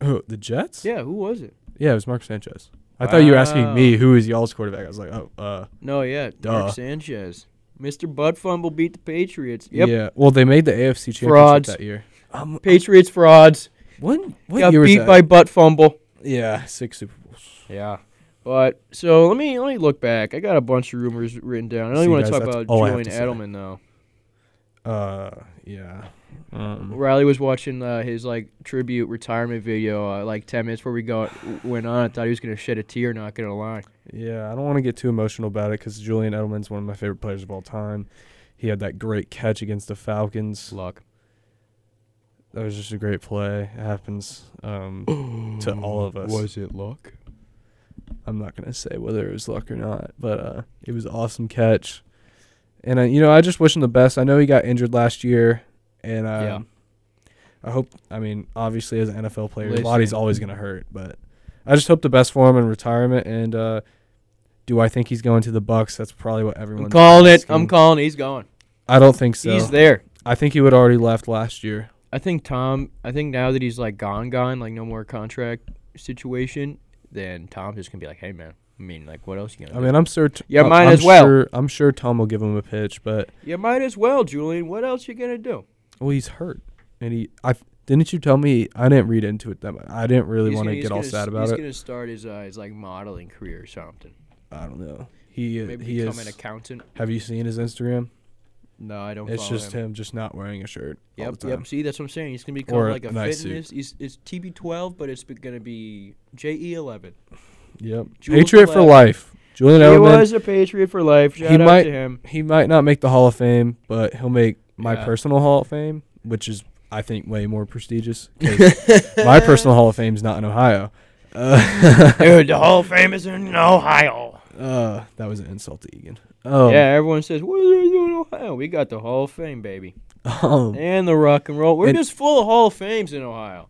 [SPEAKER 3] Oh, the Jets?
[SPEAKER 1] Yeah, who was it?
[SPEAKER 3] Yeah, it was Mark Sanchez. I thought you were asking
[SPEAKER 1] Wow.
[SPEAKER 3] me who is y'all's quarterback. I was like, oh, uh,
[SPEAKER 1] No, yeah,
[SPEAKER 3] Duh.
[SPEAKER 1] Mark Sanchez. Mr. Bud Fumble beat the Patriots. Yep.
[SPEAKER 3] yeah. Well, they made the AFC championship
[SPEAKER 1] Frauds.
[SPEAKER 3] that year. Um,
[SPEAKER 1] Patriots frauds.
[SPEAKER 3] when, what
[SPEAKER 1] Got
[SPEAKER 3] year was
[SPEAKER 1] beat
[SPEAKER 3] that?
[SPEAKER 1] by Butt Fumble.
[SPEAKER 3] yeah, six Super Bowls.
[SPEAKER 1] Yeah. But so let me let me look back. I got a bunch of rumors written down. I
[SPEAKER 3] See,
[SPEAKER 1] only want
[SPEAKER 3] guys,
[SPEAKER 1] to talk
[SPEAKER 3] that's
[SPEAKER 1] about
[SPEAKER 3] all I have
[SPEAKER 1] Julian
[SPEAKER 3] to say.
[SPEAKER 1] Edelman though.
[SPEAKER 3] Uh, yeah. Um,
[SPEAKER 1] Riley was watching uh, his like tribute retirement video uh, like ten minutes before we got went on. I thought he was gonna shed a tear. Not gonna lie.
[SPEAKER 3] Yeah, I don't want to get too emotional about it because Julian Edelman's one of my favorite players of all time. He had that great catch against the Falcons.
[SPEAKER 1] Luck.
[SPEAKER 3] That was just a great play. It happens um, to
[SPEAKER 1] Mm,
[SPEAKER 3] all of us.
[SPEAKER 2] it luck?
[SPEAKER 3] I'm not gonna say whether it was luck or not, but uh, it was an awesome catch. And uh, you know, I just wish him the best. I know he got injured last year, and um,
[SPEAKER 1] Yeah.
[SPEAKER 3] I hope. I mean, obviously, as an NFL player,
[SPEAKER 1] Listen.
[SPEAKER 3] your body's always gonna hurt, but I just hope the best for him in retirement. And uh, do I think he's going to the Bucks? That's probably what
[SPEAKER 1] I'm
[SPEAKER 3] everyone's
[SPEAKER 1] calling it. I'm
[SPEAKER 3] asking.
[SPEAKER 1] calling. it. He's going.
[SPEAKER 3] I don't think so.
[SPEAKER 1] He's there.
[SPEAKER 3] I think he would already left last year.
[SPEAKER 1] I think Tom. I think now that he's like gone, gone, like no more contract situation, then Tom's just gonna be like, hey man. I mean, like, what else you gonna?
[SPEAKER 3] I
[SPEAKER 1] do?
[SPEAKER 3] mean, I'm sure. T-
[SPEAKER 1] Yeah,
[SPEAKER 3] I-
[SPEAKER 1] mine
[SPEAKER 3] I'm
[SPEAKER 1] as well.
[SPEAKER 3] Sure, I'm sure Tom will give him a pitch, but
[SPEAKER 1] you might as well, Julian. What else you gonna do?
[SPEAKER 3] well, he's hurt, and he. I didn't you tell me I didn't read into it that much. I didn't really
[SPEAKER 1] He's
[SPEAKER 3] want
[SPEAKER 1] gonna-
[SPEAKER 3] to
[SPEAKER 1] he's
[SPEAKER 3] get all
[SPEAKER 1] gonna
[SPEAKER 3] sad
[SPEAKER 1] s-
[SPEAKER 3] about
[SPEAKER 1] he's
[SPEAKER 3] it.
[SPEAKER 1] gonna start his uh, his like modeling career or something.
[SPEAKER 3] I don't know. He i-
[SPEAKER 1] Maybe
[SPEAKER 3] he
[SPEAKER 1] become
[SPEAKER 3] is.
[SPEAKER 1] an accountant.
[SPEAKER 3] have you seen his Instagram?
[SPEAKER 1] No, I don't.
[SPEAKER 3] It's
[SPEAKER 1] follow
[SPEAKER 3] just him. just not wearing a shirt. all
[SPEAKER 1] Yep,
[SPEAKER 3] the
[SPEAKER 1] yep.
[SPEAKER 3] time.
[SPEAKER 1] See, that's what I'm saying. He's gonna become
[SPEAKER 3] Or a
[SPEAKER 1] like a
[SPEAKER 3] nice suit.
[SPEAKER 1] fitness. He's, it's TB12, but it's be- gonna be E JE11.
[SPEAKER 3] Yep.
[SPEAKER 1] Jules
[SPEAKER 3] Patriot for
[SPEAKER 1] Left.
[SPEAKER 3] life. Julian
[SPEAKER 1] He
[SPEAKER 3] Edelman.
[SPEAKER 1] was a patriot for life. Shout
[SPEAKER 3] He
[SPEAKER 1] out
[SPEAKER 3] might-
[SPEAKER 1] to him.
[SPEAKER 3] [laughs] He might not make the Hall of Fame, but he'll make my
[SPEAKER 2] Yeah.
[SPEAKER 3] personal Hall of Fame, which is I think way more
[SPEAKER 1] [laughs]
[SPEAKER 3] prestigious. [laughs] 'cause my personal Hall of Fame is not in Ohio. Uh,
[SPEAKER 1] Dude, the Hall of Fame is in Ohio.
[SPEAKER 3] Uh, that was an insult to Egan. Oh,
[SPEAKER 1] yeah, everyone says, "What are they doing in Ohio?" We got the Hall of Fame, baby,
[SPEAKER 3] [laughs] Um,
[SPEAKER 1] and the Rock and Roll. We're
[SPEAKER 3] And-
[SPEAKER 1] just full of Hall of Fames in Ohio.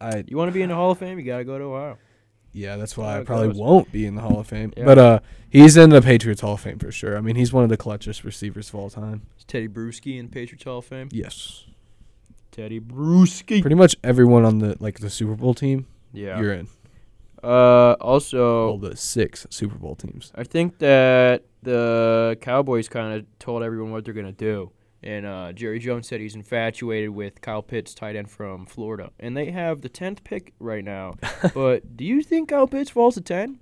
[SPEAKER 3] I
[SPEAKER 1] You want to be in the Hall of Fame? You gotta go to Ohio.
[SPEAKER 3] yeah, that's why
[SPEAKER 1] how
[SPEAKER 3] I
[SPEAKER 1] it
[SPEAKER 3] probably
[SPEAKER 1] goes.
[SPEAKER 3] won't be in the Hall of Fame.
[SPEAKER 1] Oh, Yeah.
[SPEAKER 3] But uh, he's in the Patriots Hall of Fame for sure. I mean, he's one of the clutchest receivers of all time.
[SPEAKER 1] Is Teddy Bruschi in Patriots Hall of Fame?
[SPEAKER 3] Yes,
[SPEAKER 1] Teddy Bruschi.
[SPEAKER 3] pretty much everyone on the like the Super Bowl team,
[SPEAKER 1] yeah.
[SPEAKER 3] you're in.
[SPEAKER 1] Uh,
[SPEAKER 3] All
[SPEAKER 1] also,
[SPEAKER 3] the six Super Bowl teams.
[SPEAKER 1] I think that the Cowboys kind of told everyone what they're going to do. And uh, Jerry Jones said he's infatuated with Kyle Pitts, tight end from Florida. And they have the 10th pick right
[SPEAKER 3] [laughs]
[SPEAKER 1] now. but do you think Kyle Pitts falls to 10?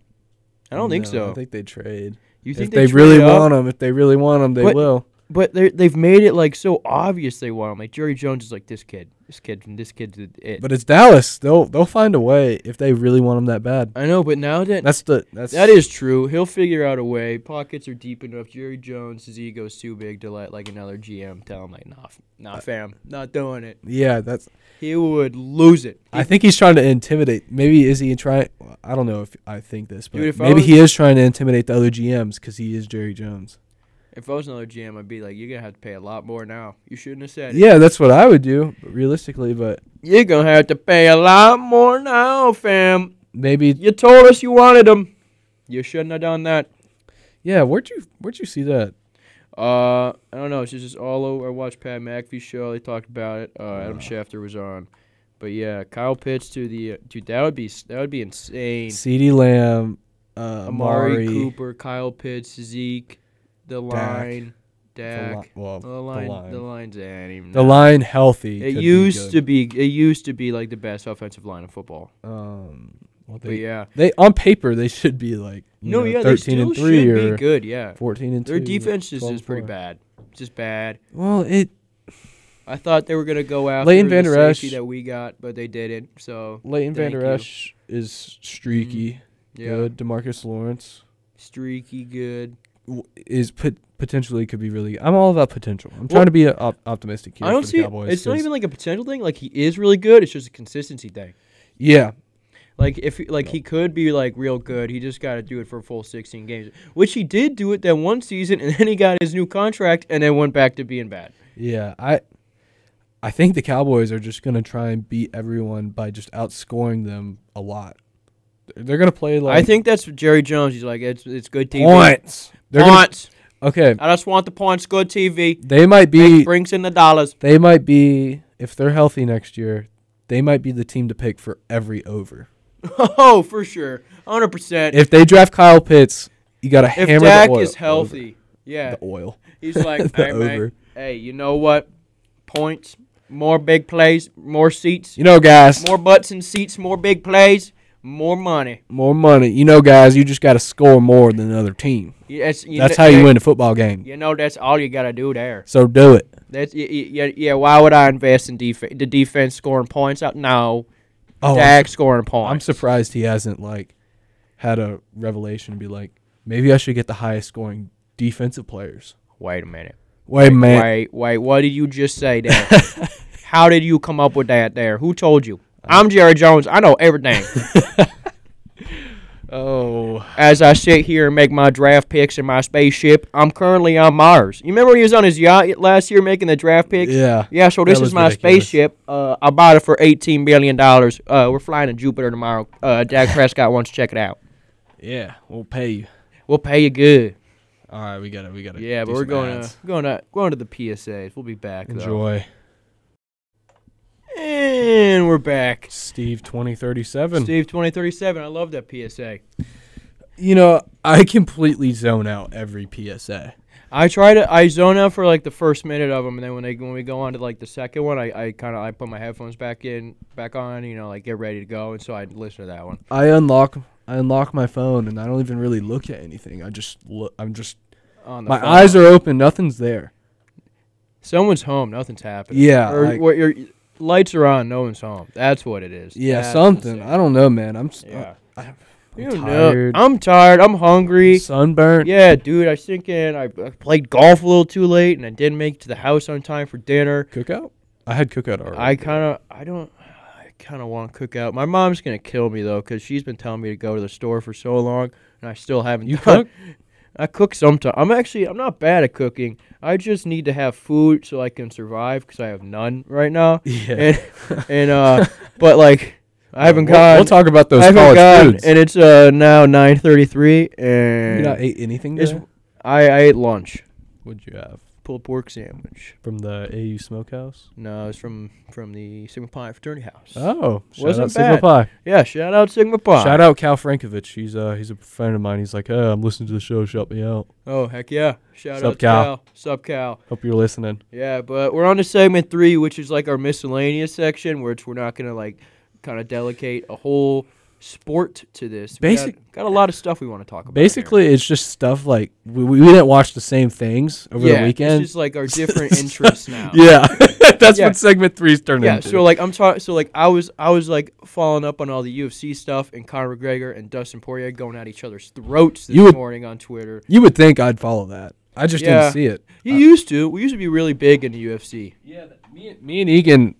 [SPEAKER 1] I don't think
[SPEAKER 3] No,
[SPEAKER 1] so.
[SPEAKER 3] I think they trade.
[SPEAKER 1] you
[SPEAKER 3] if
[SPEAKER 1] think
[SPEAKER 3] they,
[SPEAKER 1] trade
[SPEAKER 3] really
[SPEAKER 1] up?
[SPEAKER 3] want him, if they really want him, they
[SPEAKER 1] But-
[SPEAKER 3] will.
[SPEAKER 1] But they they've made it like so obvious they want him. Like Jerry Jones is like this kid, this kid, and this kid's it.
[SPEAKER 3] But it's Dallas. They'll they'll find a way if they really want him that bad.
[SPEAKER 1] I know, but now that
[SPEAKER 3] That's the that's
[SPEAKER 1] Uh, That is true. He'll figure out a way. Pockets are deep enough. Jerry Jones, his ego's too big to let like another GM tell him like, nah, f- nah, fam, not doing it.
[SPEAKER 3] yeah. That's
[SPEAKER 1] He would lose it.
[SPEAKER 3] I think he's trying to intimidate. Maybe is he trying? I don't know if I think this, but
[SPEAKER 1] Dude, if I
[SPEAKER 3] maybe
[SPEAKER 1] was-
[SPEAKER 3] he is trying to intimidate the other GMs because he is Jerry Jones.
[SPEAKER 1] If I was another GM, I'd be like, you're gonna have to pay a lot more now. You shouldn't have said it.
[SPEAKER 3] Yeah, that's what I would do but realistically, but
[SPEAKER 1] You're gonna have to pay a lot more now, fam.
[SPEAKER 3] maybe
[SPEAKER 1] You told us you wanted him. You shouldn't have done that.
[SPEAKER 3] yeah. Where'd you where'd you see that?
[SPEAKER 1] Uh, I don't know. It's just it's all over. I watched Pat McAfee's show. They talked about it. Uh, Adam Schefter was on. But yeah, Kyle Pitts to the uh, dude. That would be s- that would be insane.
[SPEAKER 3] CeeDee Lamb, uh,
[SPEAKER 1] Amari
[SPEAKER 3] Amari,
[SPEAKER 1] Cooper, Kyle Pitts, Zeke, the
[SPEAKER 3] Dak.
[SPEAKER 1] line,
[SPEAKER 3] the li-
[SPEAKER 1] Dak,
[SPEAKER 3] well,
[SPEAKER 1] the line, the, lines. eh, I don't even
[SPEAKER 3] The
[SPEAKER 1] know.
[SPEAKER 3] line healthy.
[SPEAKER 1] It used to be. It used to be like the best offensive line in football.
[SPEAKER 3] Um, well,
[SPEAKER 1] but
[SPEAKER 3] they,
[SPEAKER 1] yeah,
[SPEAKER 3] they on paper they should be like you
[SPEAKER 1] no,
[SPEAKER 3] know,
[SPEAKER 1] yeah, they
[SPEAKER 3] thirteen
[SPEAKER 1] still
[SPEAKER 3] and three
[SPEAKER 1] should
[SPEAKER 3] or
[SPEAKER 1] be good. Yeah,
[SPEAKER 3] fourteen and
[SPEAKER 1] their
[SPEAKER 3] two,
[SPEAKER 1] defense is
[SPEAKER 3] 12
[SPEAKER 1] just pretty
[SPEAKER 3] four.
[SPEAKER 1] bad. Just bad.
[SPEAKER 3] Well, it
[SPEAKER 1] I thought they were gonna go after
[SPEAKER 3] Leighton
[SPEAKER 1] the
[SPEAKER 3] Van Der
[SPEAKER 1] safety
[SPEAKER 3] Esch.
[SPEAKER 1] that we got, but they didn't. So
[SPEAKER 3] Leighton Van
[SPEAKER 1] Thank you.
[SPEAKER 3] Der
[SPEAKER 1] Mm.
[SPEAKER 3] Esch is streaky.
[SPEAKER 1] yeah,
[SPEAKER 3] Good. Demarcus Lawrence
[SPEAKER 1] streaky, good.
[SPEAKER 3] w- is pot- potentially could be really. I'm all about potential. I'm trying to be a op- optimistic here.
[SPEAKER 1] I don't
[SPEAKER 3] for
[SPEAKER 1] see.
[SPEAKER 3] the Cowboys
[SPEAKER 1] it's not
[SPEAKER 3] 'cause-
[SPEAKER 1] even like a potential thing. Like he is really good. It's just a consistency thing.
[SPEAKER 3] Yeah,
[SPEAKER 1] Like if he- like he could be like real good, he just got to do it for a full 16 games, which he did do it that one season, and then he got his new contract, and then went back to being bad.
[SPEAKER 3] yeah. I I think the Cowboys are just gonna try and beat everyone by just outscoring them a lot. They're- They're gonna play like
[SPEAKER 1] I think that's what Jerry Jones. He's like, it's it's good TV.
[SPEAKER 3] points. They're gonna-
[SPEAKER 1] Points.
[SPEAKER 3] okay.
[SPEAKER 1] I just want the points. Good TV
[SPEAKER 3] They might be.
[SPEAKER 1] brings in the dollars. [laughs]
[SPEAKER 3] They might be if they're healthy next year. They might be the team to pick for every over.
[SPEAKER 1] Oh, for sure, 100. percent
[SPEAKER 3] If they draft Kyle Pitts, you got to
[SPEAKER 1] If
[SPEAKER 3] hammer
[SPEAKER 1] Dak
[SPEAKER 3] the oil.
[SPEAKER 1] is
[SPEAKER 3] over.
[SPEAKER 1] healthy, yeah,
[SPEAKER 3] the oil.
[SPEAKER 1] he's
[SPEAKER 3] [laughs]
[SPEAKER 1] like,
[SPEAKER 3] the
[SPEAKER 1] hey, mate,
[SPEAKER 3] over.
[SPEAKER 1] hey, you know what? Points, more big plays, more seats,
[SPEAKER 3] You know, guys,
[SPEAKER 1] more butts and seats, more big plays, more money.
[SPEAKER 3] more money. You know, guys, you just got to score more than the other team.
[SPEAKER 1] Yeah, That's, you
[SPEAKER 3] That's
[SPEAKER 1] kn-
[SPEAKER 3] how you
[SPEAKER 1] yeah,
[SPEAKER 3] win a football game.
[SPEAKER 1] You know, that's all you gotta do there.
[SPEAKER 3] So do it.
[SPEAKER 1] That's yeah, yeah, yeah. Why would I invest in defense? The defense scoring points out? No,
[SPEAKER 3] Oh, I'm,
[SPEAKER 1] Dak scoring points.
[SPEAKER 3] I'm surprised he hasn't like had a revelation and be like, maybe I should get the highest scoring defensive players.
[SPEAKER 1] Wait a minute.
[SPEAKER 3] Wait, man.
[SPEAKER 1] Wait, wait. What did you just say
[SPEAKER 3] [laughs]
[SPEAKER 1] there? How did you come up with that there? Who told you?
[SPEAKER 3] Uh.
[SPEAKER 1] I'm Jerry Jones. I know everything.
[SPEAKER 3] Oh,
[SPEAKER 1] As I sit here and make my draft picks in my spaceship, I'm currently on Mars. You remember he was on his yacht last year making the draft picks?
[SPEAKER 3] yeah.
[SPEAKER 1] Yeah, so this
[SPEAKER 3] That
[SPEAKER 1] is
[SPEAKER 3] was
[SPEAKER 1] my
[SPEAKER 3] ridiculous.
[SPEAKER 1] spaceship. Uh, I bought it for $18 billion. Uh, we're flying to Jupiter tomorrow. Uh,
[SPEAKER 3] [laughs]
[SPEAKER 1] Dak Prescott wants to check it out.
[SPEAKER 3] Yeah, we'll pay you.
[SPEAKER 1] We'll pay you good.
[SPEAKER 3] All right, we got to we got to
[SPEAKER 1] Yeah, but we're going to, going to going to the PSAs. We'll be back. Though.
[SPEAKER 3] enjoy
[SPEAKER 1] And we're back.
[SPEAKER 3] Steve 2037.
[SPEAKER 1] Steve 2037. I love that PSA.
[SPEAKER 3] You know, I completely zone out every PSA.
[SPEAKER 1] I try to I zone out for like the first minute of them, and then when they when we go on to like the second one, I, I kind of I put my headphones back in back on, you know, like get ready to go, and so I listen to that one.
[SPEAKER 3] I unlock I unlock my phone and I don't even really look at anything. I just look I'm just
[SPEAKER 1] On the
[SPEAKER 3] my
[SPEAKER 1] phone.
[SPEAKER 3] eyes are open, nothing's there.
[SPEAKER 1] someone's home, nothing's happening.
[SPEAKER 3] Yeah,
[SPEAKER 1] or,
[SPEAKER 3] I-
[SPEAKER 1] what your lights are on, no one's home. That's what it is.
[SPEAKER 3] Yeah,
[SPEAKER 1] That's
[SPEAKER 3] something.
[SPEAKER 1] insane.
[SPEAKER 3] I don't know, man. I'm s-
[SPEAKER 1] yeah,
[SPEAKER 3] I- I'm
[SPEAKER 1] you know,
[SPEAKER 3] tired.
[SPEAKER 1] I'm tired. I'm hungry.
[SPEAKER 3] sunburned.
[SPEAKER 1] Yeah, dude, I was thinking I I played golf a little too late, and I didn't make it to the house on time for dinner.
[SPEAKER 3] Cookout? I had cookout already.
[SPEAKER 1] I kind of, I don't, I kind of want to cook out. My mom's gonna kill me though, cause she's been telling me to go to the store for so long, and I still haven't.
[SPEAKER 3] You
[SPEAKER 1] done-
[SPEAKER 3] cook?
[SPEAKER 1] [laughs] I cook sometimes. I'm actually, I'm not bad at cooking. I just need to have food so I can survive, cause I have none right now.
[SPEAKER 3] yeah.
[SPEAKER 1] And, and
[SPEAKER 3] [laughs]
[SPEAKER 1] uh, but like, I haven't
[SPEAKER 3] we'll,
[SPEAKER 1] gone.
[SPEAKER 3] We'll talk about those
[SPEAKER 1] I haven't
[SPEAKER 3] college
[SPEAKER 1] gone,
[SPEAKER 3] foods.
[SPEAKER 1] and it's uh now 9:33, and
[SPEAKER 3] you not ate anything
[SPEAKER 1] it's-
[SPEAKER 3] today?
[SPEAKER 1] I I ate lunch,
[SPEAKER 3] What'd you have
[SPEAKER 1] pulled pork sandwich.
[SPEAKER 3] from the AU Smokehouse?
[SPEAKER 1] No, it's from from the Sigma Pi fraternity house.
[SPEAKER 3] Oh, shout
[SPEAKER 1] Wasn't
[SPEAKER 3] out Sigma
[SPEAKER 1] bad.
[SPEAKER 3] Pi.
[SPEAKER 1] Yeah, shout out Sigma Pi.
[SPEAKER 3] Shout out Cal Frankovich. He's uh he's a friend of mine. He's like, uh, I'm listening to the show. Shout me out.
[SPEAKER 1] Oh heck yeah! Shout
[SPEAKER 3] Sup,
[SPEAKER 1] out to
[SPEAKER 3] Cal.
[SPEAKER 1] Cal. Sup Cal.
[SPEAKER 3] Hope you're listening.
[SPEAKER 1] Yeah, but we're on to segment three, which is like our miscellaneous section, which we're not gonna like kind of delegate a whole sport to this. We
[SPEAKER 3] Basic-
[SPEAKER 1] got, got a lot of stuff we want to talk about. here.
[SPEAKER 3] Basically, it's just stuff like we, we didn't watch the same things over
[SPEAKER 1] yeah,
[SPEAKER 3] the
[SPEAKER 1] It's
[SPEAKER 3] weekend.
[SPEAKER 1] just
[SPEAKER 3] [laughs]
[SPEAKER 1] like our different interests now.
[SPEAKER 3] yeah, [laughs] that's
[SPEAKER 1] Yeah.
[SPEAKER 3] what segment three's turned
[SPEAKER 1] Yeah,
[SPEAKER 3] into.
[SPEAKER 1] so like I'm talking, so like I was, I was like following up on all the UFC stuff and Conor McGregor and Dustin Poirier going at each other's throats this
[SPEAKER 3] You would-
[SPEAKER 1] morning on Twitter.
[SPEAKER 3] you would think I'd follow that. I just
[SPEAKER 1] Yeah.
[SPEAKER 3] didn't see it.
[SPEAKER 1] You used to, we used to be really big in the UFC.
[SPEAKER 3] Yeah, me, me and Egan.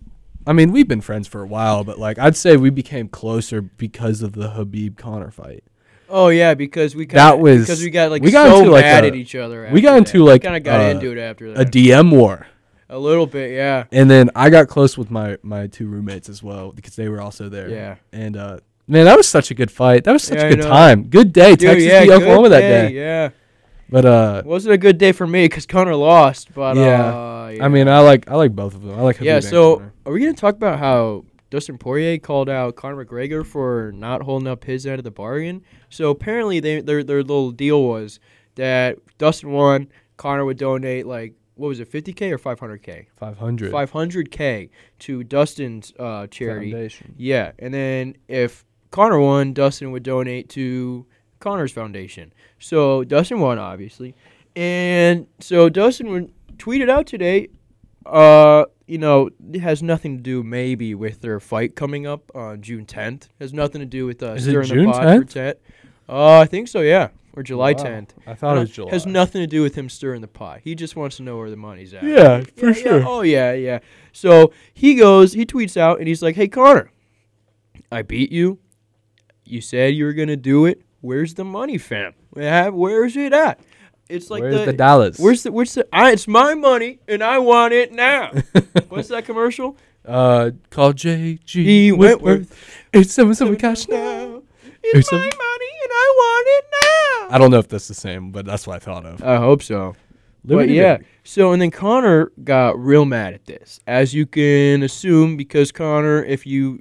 [SPEAKER 3] I mean, we've been friends for a while, but like I'd say we became closer because of the Habib Connor fight.
[SPEAKER 1] Oh yeah, because we kinda,
[SPEAKER 3] That was-
[SPEAKER 1] because we got like
[SPEAKER 3] we got
[SPEAKER 1] so
[SPEAKER 3] into, like,
[SPEAKER 1] mad
[SPEAKER 3] a-
[SPEAKER 1] at each other.
[SPEAKER 3] we got
[SPEAKER 1] after that.
[SPEAKER 3] into, like,
[SPEAKER 1] we kind of got
[SPEAKER 3] uh,
[SPEAKER 1] into it after
[SPEAKER 3] A
[SPEAKER 1] that
[SPEAKER 3] DM war,
[SPEAKER 1] a little bit. Yeah,
[SPEAKER 3] and then I got close with my my two roommates as well because they were also there.
[SPEAKER 1] Yeah.
[SPEAKER 3] and uh, man, that was such a good fight. That was such
[SPEAKER 1] Yeah, I
[SPEAKER 3] a good
[SPEAKER 1] know.
[SPEAKER 3] time. Good day,
[SPEAKER 1] Dude,
[SPEAKER 3] Texas
[SPEAKER 1] yeah,
[SPEAKER 3] beat
[SPEAKER 1] good
[SPEAKER 3] Oklahoma that
[SPEAKER 1] day,
[SPEAKER 3] day.
[SPEAKER 1] Yeah,
[SPEAKER 3] But uh,
[SPEAKER 1] wasn't a good day for me because Connor lost. But
[SPEAKER 3] Yeah.
[SPEAKER 1] yeah, uh, yeah.
[SPEAKER 3] I mean, I like I like both of them. I like Habib
[SPEAKER 1] yeah.
[SPEAKER 3] and
[SPEAKER 1] So
[SPEAKER 3] Conor.
[SPEAKER 1] are we gonna talk about how Dustin Poirier called out Conor McGregor for not holding up his end of the bargain. So apparently, they, their their little deal was that Dustin won, Conor would donate like what was it, 50k or 500k,
[SPEAKER 3] 500
[SPEAKER 1] 500k to Dustin's uh, charity.
[SPEAKER 3] foundation.
[SPEAKER 1] Yeah, and then if Connor won, Dustin would donate to Connor's foundation. So Dustin won, obviously, and so Dustin would tweeted out today. Uh, you know, it has nothing to do maybe with their fight coming up on June 10th. has nothing to do with us
[SPEAKER 3] Is it
[SPEAKER 1] during
[SPEAKER 3] June
[SPEAKER 1] the pod for
[SPEAKER 3] 10th?
[SPEAKER 1] Tet. Uh, I think so. Yeah, or July
[SPEAKER 3] Wow.
[SPEAKER 1] 10th.
[SPEAKER 3] I thought it
[SPEAKER 1] No,
[SPEAKER 3] was July.
[SPEAKER 1] Has nothing to do with him stirring the pot. He just wants to know where the money's at.
[SPEAKER 3] Yeah, for
[SPEAKER 1] Yeah, yeah.
[SPEAKER 3] sure.
[SPEAKER 1] Oh yeah, yeah. So he goes, he tweets out, and he's like, "Hey Connor, I beat you. You said you were gonna do it. Where's the money, fam? Yeah, Where's it at? It's like
[SPEAKER 3] Where's the dollars?
[SPEAKER 1] Where's the where's the? I, it's my money, and I want it
[SPEAKER 3] [laughs]
[SPEAKER 1] now. What's that commercial?
[SPEAKER 3] Uh, call JG.
[SPEAKER 1] He Wentworth.
[SPEAKER 3] Eight seven seven cash now.
[SPEAKER 1] It's my
[SPEAKER 3] Or
[SPEAKER 1] money,
[SPEAKER 3] something.
[SPEAKER 1] and I want it now.
[SPEAKER 3] I don't know if that's the same, but that's what I thought of.
[SPEAKER 1] I hope so. But yeah, so and then Connor got real mad at this, as you can assume, because Connor, if you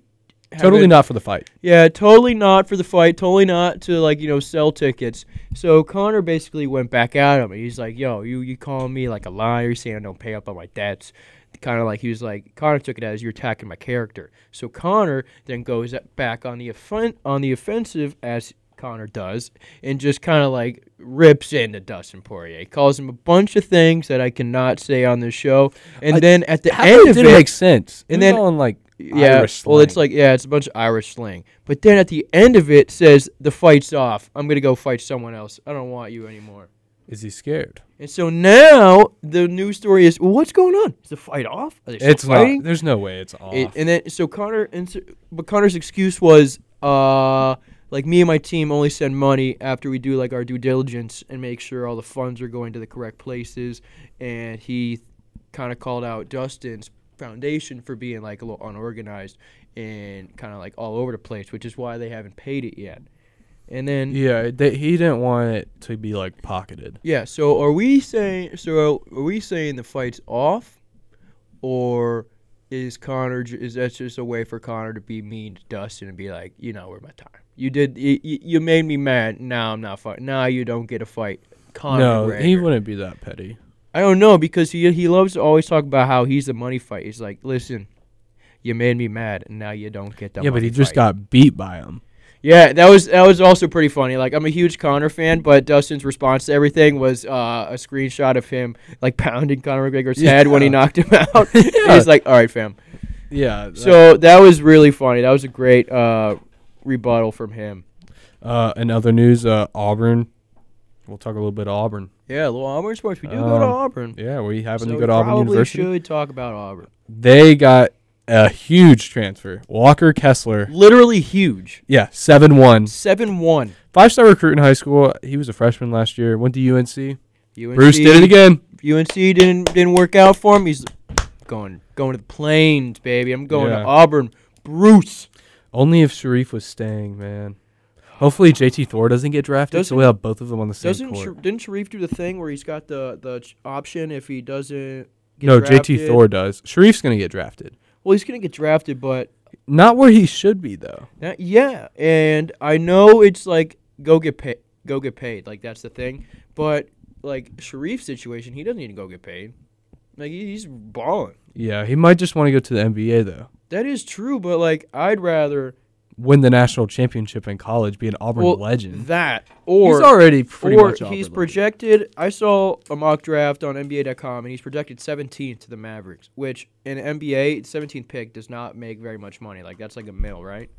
[SPEAKER 3] totally
[SPEAKER 1] haven't-
[SPEAKER 3] not for the fight.
[SPEAKER 1] yeah, totally not for the fight, totally not to like you know sell tickets. So Connor basically went back at him, and he's like, "Yo, you you calling me like a liar, saying I don't pay up on my debts." Kind of like he was like Connor took it as you're attacking my character. So Connor then goes at- back on the offen- on the offensive as Connor does, and just kind of like rips into Dustin Poirier, calls him a bunch of things that I cannot say on this show, and
[SPEAKER 3] I-
[SPEAKER 1] then at the
[SPEAKER 3] How
[SPEAKER 1] end
[SPEAKER 3] come
[SPEAKER 1] of
[SPEAKER 3] it
[SPEAKER 1] it,
[SPEAKER 3] didn't make sense.
[SPEAKER 1] and
[SPEAKER 3] It was
[SPEAKER 1] then-
[SPEAKER 3] all in like
[SPEAKER 1] yeah,
[SPEAKER 3] Irish
[SPEAKER 1] well, it's
[SPEAKER 3] slang.
[SPEAKER 1] like yeah, it's a bunch of Irish slang. But then at the end of it says the fight's off. I'm gonna go fight someone else. I don't want you anymore.
[SPEAKER 3] is he scared?
[SPEAKER 1] And so now the news story is well, what's going on? Is the fight off? Are they still
[SPEAKER 3] It's
[SPEAKER 1] fighting?
[SPEAKER 3] not. There's no way it's off.
[SPEAKER 1] It- and then so Connor and so, but Connor's excuse was uh like me and my team only send money after we do like our due diligence and make sure all the funds are going to the correct places and he kind of called out Dustin's foundation for being like a little unorganized and kind of like all over the place which is why they haven't paid it yet. And then
[SPEAKER 3] yeah, they, he didn't want it to be like pocketed.
[SPEAKER 1] yeah, so are we saying so are we saying the fight's off or is Connor j- is that just a way for Connor to be mean to Dustin and be like, you know, where my time. You did you, you made me mad. Now I'm not fighting. Now you don't get a fight. Connor
[SPEAKER 3] no, he
[SPEAKER 1] McGregor."
[SPEAKER 3] wouldn't be that petty.
[SPEAKER 1] I don't know because he he loves to always talk about how he's the money fight. He's like, "Listen, you made me mad and now you don't get the
[SPEAKER 3] yeah, but
[SPEAKER 1] money
[SPEAKER 3] he just
[SPEAKER 1] fight."
[SPEAKER 3] got beat by him.
[SPEAKER 1] Yeah, that was that was also pretty funny. Like I'm a huge Connor fan, but Dustin's response to everything was uh, a screenshot of him like pounding Connor McGregor's head when he
[SPEAKER 3] Yeah.
[SPEAKER 1] knocked him [laughs] out.
[SPEAKER 3] Yeah.
[SPEAKER 1] He's like, "All right, fam."
[SPEAKER 3] Yeah. that-
[SPEAKER 1] So that was really funny. That was a great uh, rebuttal from him.
[SPEAKER 3] uh, in other news, uh, Auburn. We'll talk a little bit of Auburn.
[SPEAKER 1] Yeah, little Auburn sports. We do go to
[SPEAKER 3] Um,
[SPEAKER 1] Auburn.
[SPEAKER 3] Yeah, we happen
[SPEAKER 1] so
[SPEAKER 3] to
[SPEAKER 1] we
[SPEAKER 3] go to Auburn
[SPEAKER 1] probably
[SPEAKER 3] University.
[SPEAKER 1] should talk about Auburn.
[SPEAKER 3] They got a huge transfer. Walker Kessler.
[SPEAKER 1] Literally huge,
[SPEAKER 3] Yeah, seven one.
[SPEAKER 1] seven one.
[SPEAKER 3] Five star recruit in high school. He was a freshman last year. Went to UNC. Bruce did it again.
[SPEAKER 1] UNC didn't didn't work out for him. He's going going to the plains, baby. I'm going
[SPEAKER 3] Yeah.
[SPEAKER 1] to Auburn. Bruce.
[SPEAKER 3] Only if Sharif was staying, man. Hopefully JT Thor doesn't get drafted, so
[SPEAKER 1] Doesn't-
[SPEAKER 3] we have both of them on the same
[SPEAKER 1] Doesn't
[SPEAKER 3] court.
[SPEAKER 1] Sha- didn't Sharif do the thing where he's got the the ch- option if he doesn't? Get
[SPEAKER 3] no, JT
[SPEAKER 1] drafted?
[SPEAKER 3] Thor does. Sharif's gonna get drafted.
[SPEAKER 1] Well, he's gonna get drafted, but
[SPEAKER 3] Not where he should be though.
[SPEAKER 1] uh, yeah, and I know it's like go get paid, go get paid. Like that's the thing, but like Sharif's situation, he doesn't need to go get paid. Like he, he's balling.
[SPEAKER 3] Yeah, he might just want to go to the NBA though.
[SPEAKER 1] That is true, but like I'd rather
[SPEAKER 3] Win the national championship in college, be an Auburn
[SPEAKER 1] Well,
[SPEAKER 3] legend.
[SPEAKER 1] that or
[SPEAKER 3] he's already pretty
[SPEAKER 1] or
[SPEAKER 3] much Auburn
[SPEAKER 1] he's
[SPEAKER 3] legend.
[SPEAKER 1] projected. I saw a mock draft on NBA.com, and he's projected 17th to the Mavericks, which in NBA, 17th pick does not make very much money. Like that's like a mil, right?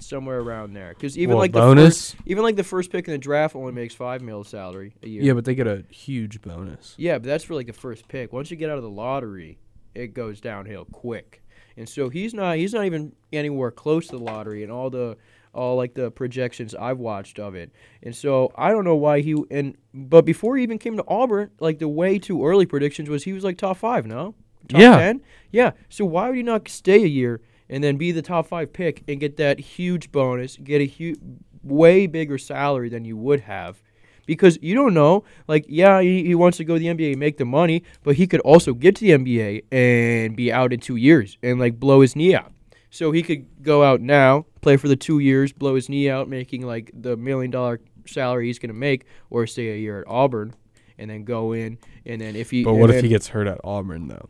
[SPEAKER 1] Somewhere around there, because even
[SPEAKER 3] Well,
[SPEAKER 1] like
[SPEAKER 3] bonus?
[SPEAKER 1] the first, even like the first pick in the draft only makes five mil salary a year.
[SPEAKER 3] Yeah, but they get a huge bonus.
[SPEAKER 1] Yeah, but that's for like the first pick. Once you get out of the lottery, it goes downhill quick. And so he's not he's not even anywhere close to the lottery and all the all like the projections I've watched of it. And so I don't know why he and but before he even came to Auburn, like the way too early predictions was he was like top 5, no? Top
[SPEAKER 3] Yeah.
[SPEAKER 1] 10? Yeah. So why would you not stay a year and then be the top 5 pick and get that huge bonus, get a huge way bigger salary than you would have? because you don't know. Like, yeah, he, he wants to go to the NBA and make the money, but he could also get to the NBA and be out in two years and like blow his knee out. so he could go out now, play for the two years, blow his knee out, making like the million dollar salary he's gonna make, or stay a year at Auburn, and then go in, and then if he.
[SPEAKER 3] But
[SPEAKER 1] and
[SPEAKER 3] what if
[SPEAKER 1] then-
[SPEAKER 3] he gets hurt at Auburn though?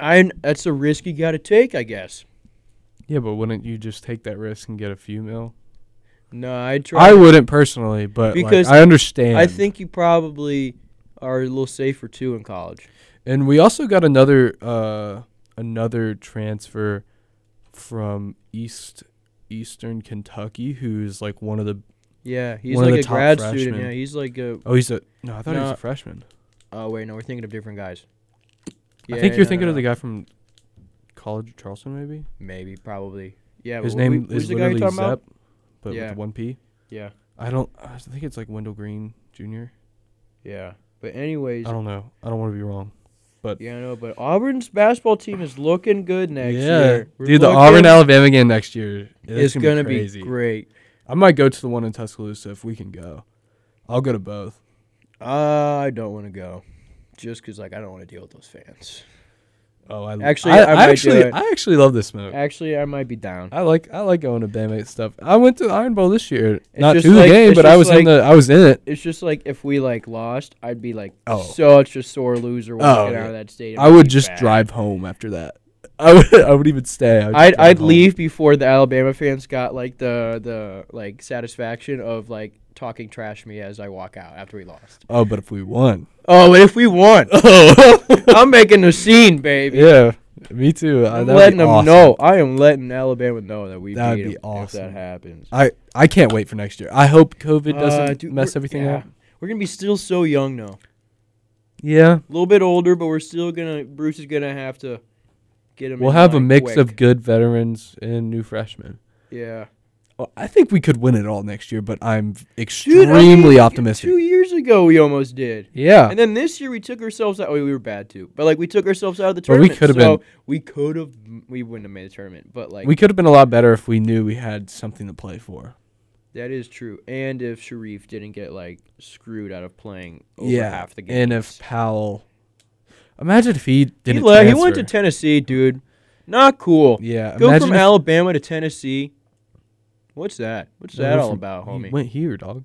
[SPEAKER 1] I, that's a risk you got to take, I guess.
[SPEAKER 3] Yeah, but wouldn't you just take that risk and get a few mil?
[SPEAKER 1] No, I try.
[SPEAKER 3] I wouldn't personally, but
[SPEAKER 1] Because
[SPEAKER 3] like, I understand.
[SPEAKER 1] I think you probably are a little safer too in college.
[SPEAKER 3] and we also got another uh another transfer from East Eastern Kentucky, who's like one of the
[SPEAKER 1] Yeah, he's
[SPEAKER 3] One of
[SPEAKER 1] like
[SPEAKER 3] the
[SPEAKER 1] a
[SPEAKER 3] top
[SPEAKER 1] grad student.
[SPEAKER 3] freshmen.
[SPEAKER 1] Yeah, he's like a.
[SPEAKER 3] oh he's a no I thought he was
[SPEAKER 1] No.
[SPEAKER 3] a freshman.
[SPEAKER 1] Oh wait, no, we're thinking of different guys.
[SPEAKER 3] I
[SPEAKER 1] yeah,
[SPEAKER 3] think you're
[SPEAKER 1] no,
[SPEAKER 3] thinking
[SPEAKER 1] no,
[SPEAKER 3] of the
[SPEAKER 1] no.
[SPEAKER 3] guy from College of Charleston, maybe.
[SPEAKER 1] Maybe, probably. Yeah.
[SPEAKER 3] His
[SPEAKER 1] wh- wh-
[SPEAKER 3] name
[SPEAKER 1] who's
[SPEAKER 3] is
[SPEAKER 1] the guy you're
[SPEAKER 3] literally
[SPEAKER 1] talking about?
[SPEAKER 3] Zepp, but
[SPEAKER 1] Yeah.
[SPEAKER 3] with one P.
[SPEAKER 1] Yeah.
[SPEAKER 3] I don't. I think it's like Wendell Green Jr.
[SPEAKER 1] Yeah. But anyways,
[SPEAKER 3] I don't know. I don't want to be wrong.
[SPEAKER 1] yeah, no. But Auburn's basketball team is looking good next year. We're
[SPEAKER 3] dude, the
[SPEAKER 1] looking-
[SPEAKER 3] Auburn Alabama game next year
[SPEAKER 1] is
[SPEAKER 3] it's
[SPEAKER 1] gonna
[SPEAKER 3] gonna,
[SPEAKER 1] be,
[SPEAKER 3] be crazy.
[SPEAKER 1] great.
[SPEAKER 3] I might go to the one in Tuscaloosa if we can go. I'll go to both.
[SPEAKER 1] I don't want to go, just 'cause like I don't want to deal with those fans.
[SPEAKER 3] Oh, I
[SPEAKER 1] Actually,
[SPEAKER 3] I,
[SPEAKER 1] I might
[SPEAKER 3] I
[SPEAKER 1] do
[SPEAKER 3] actually,
[SPEAKER 1] it.
[SPEAKER 3] I actually love this smoke.
[SPEAKER 1] Actually, I might be down.
[SPEAKER 3] I like, I like going to bandmate stuff. I went to the Iron Bowl this year, not
[SPEAKER 1] just
[SPEAKER 3] to the
[SPEAKER 1] like-
[SPEAKER 3] game,
[SPEAKER 1] it's
[SPEAKER 3] but I
[SPEAKER 1] just
[SPEAKER 3] was
[SPEAKER 1] like-
[SPEAKER 3] in the, I was in it.
[SPEAKER 1] It's just like if we like lost, I'd be like
[SPEAKER 3] Oh.
[SPEAKER 1] such a sore loser walking out
[SPEAKER 3] yeah.
[SPEAKER 1] of that stadium.
[SPEAKER 3] I would
[SPEAKER 1] Be
[SPEAKER 3] just
[SPEAKER 1] bad.
[SPEAKER 3] drive home after that. [laughs] I would, I would even stay. I would just
[SPEAKER 1] I'd
[SPEAKER 3] drive
[SPEAKER 1] I'd
[SPEAKER 3] home.
[SPEAKER 1] leave before the Alabama fans got like the the like satisfaction of like talking trash to me as I walk out after we lost.
[SPEAKER 3] Oh, but if
[SPEAKER 1] [laughs]
[SPEAKER 3] we won,
[SPEAKER 1] Oh, but if we won,
[SPEAKER 3] oh,
[SPEAKER 1] [laughs] I'm making a scene, baby.
[SPEAKER 3] yeah, me too. I,
[SPEAKER 1] I'm
[SPEAKER 3] that'd be
[SPEAKER 1] letting them
[SPEAKER 3] awesome.
[SPEAKER 1] know. I am letting Alabama know that we
[SPEAKER 3] That'd
[SPEAKER 1] beat
[SPEAKER 3] be
[SPEAKER 1] 'em
[SPEAKER 3] awesome.
[SPEAKER 1] if that happens.
[SPEAKER 3] I, I can't wait for next year. I hope COVID doesn't
[SPEAKER 1] Uh, dude,
[SPEAKER 3] mess
[SPEAKER 1] we're-
[SPEAKER 3] everything
[SPEAKER 1] yeah.
[SPEAKER 3] up.
[SPEAKER 1] We're gonna be still so young though.
[SPEAKER 3] Yeah,
[SPEAKER 1] A little bit older, but we're still gonna. Bruce is gonna have to get him.
[SPEAKER 3] we'll
[SPEAKER 1] in
[SPEAKER 3] have a
[SPEAKER 1] line
[SPEAKER 3] mix
[SPEAKER 1] quick.
[SPEAKER 3] of good veterans and new freshmen.
[SPEAKER 1] yeah.
[SPEAKER 3] Well, I think we could win it all next year, but I'm
[SPEAKER 1] Dude, I
[SPEAKER 3] extremely
[SPEAKER 1] mean,
[SPEAKER 3] optimistic.
[SPEAKER 1] Two years ago, we almost did.
[SPEAKER 3] yeah,
[SPEAKER 1] And then this year, we took ourselves out. Oh, we were bad too. But, like, we took ourselves out of the
[SPEAKER 3] But we
[SPEAKER 1] tournament.
[SPEAKER 3] could've
[SPEAKER 1] so We could have. We wouldn't have made the tournament. But, like,
[SPEAKER 3] we could have been a lot better if we knew we had something to play for.
[SPEAKER 1] that is true. And if Sharif didn't get, like, screwed out of playing over
[SPEAKER 3] Yeah,
[SPEAKER 1] half the game.
[SPEAKER 3] and if Powell, imagine if he
[SPEAKER 1] He,
[SPEAKER 3] didn't.
[SPEAKER 1] le- he went to
[SPEAKER 3] transfer.
[SPEAKER 1] Tennessee, dude. Not cool.
[SPEAKER 3] yeah,
[SPEAKER 1] Go
[SPEAKER 3] imagine
[SPEAKER 1] from
[SPEAKER 3] if
[SPEAKER 1] Alabama to Tennessee. What's that? What's
[SPEAKER 3] he
[SPEAKER 1] that
[SPEAKER 3] went
[SPEAKER 1] all
[SPEAKER 3] from-
[SPEAKER 1] about,
[SPEAKER 3] he
[SPEAKER 1] homie?
[SPEAKER 3] Went here, dog.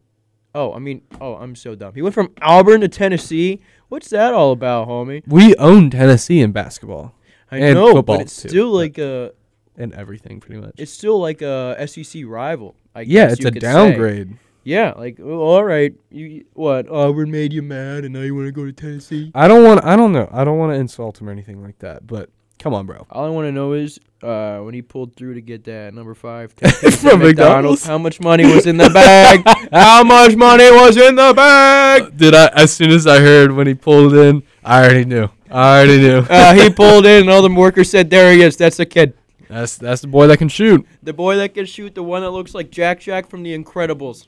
[SPEAKER 1] oh, I mean, oh, I'm so dumb. He went from Auburn to Tennessee. What's that all about, homie?
[SPEAKER 3] We own Tennessee in basketball
[SPEAKER 1] I
[SPEAKER 3] And
[SPEAKER 1] know,
[SPEAKER 3] football,
[SPEAKER 1] but it's
[SPEAKER 3] too,
[SPEAKER 1] still
[SPEAKER 3] but-
[SPEAKER 1] like a
[SPEAKER 3] and everything, pretty much.
[SPEAKER 1] it's still like a SEC rival. I
[SPEAKER 3] yeah,
[SPEAKER 1] guess
[SPEAKER 3] it's
[SPEAKER 1] you
[SPEAKER 3] a
[SPEAKER 1] could say.
[SPEAKER 3] downgrade.
[SPEAKER 1] Yeah, like well, all right, you- you what? Auburn made you mad, and now you want to go to Tennessee.
[SPEAKER 3] I don't want. I don't know. I don't want to insult him or anything like that. But come on, bro. [laughs]
[SPEAKER 1] All I want to know is uh, when he pulled through to get that number
[SPEAKER 3] [laughs]
[SPEAKER 1] five ten piece
[SPEAKER 3] From
[SPEAKER 1] at McDonald's,
[SPEAKER 3] McDonald's?
[SPEAKER 1] how much money was in the
[SPEAKER 3] [laughs]
[SPEAKER 1] bag? how much money was in the bag?
[SPEAKER 3] Did Uh, I? As soon as I heard when he pulled in, I already knew. I already [laughs] knew.
[SPEAKER 1] Uh, he pulled in, and all the workers said, "There he is. That's the kid,
[SPEAKER 3] That's that's the boy that can shoot.
[SPEAKER 1] the boy that can shoot, the one that looks like Jack Jack from The Incredibles,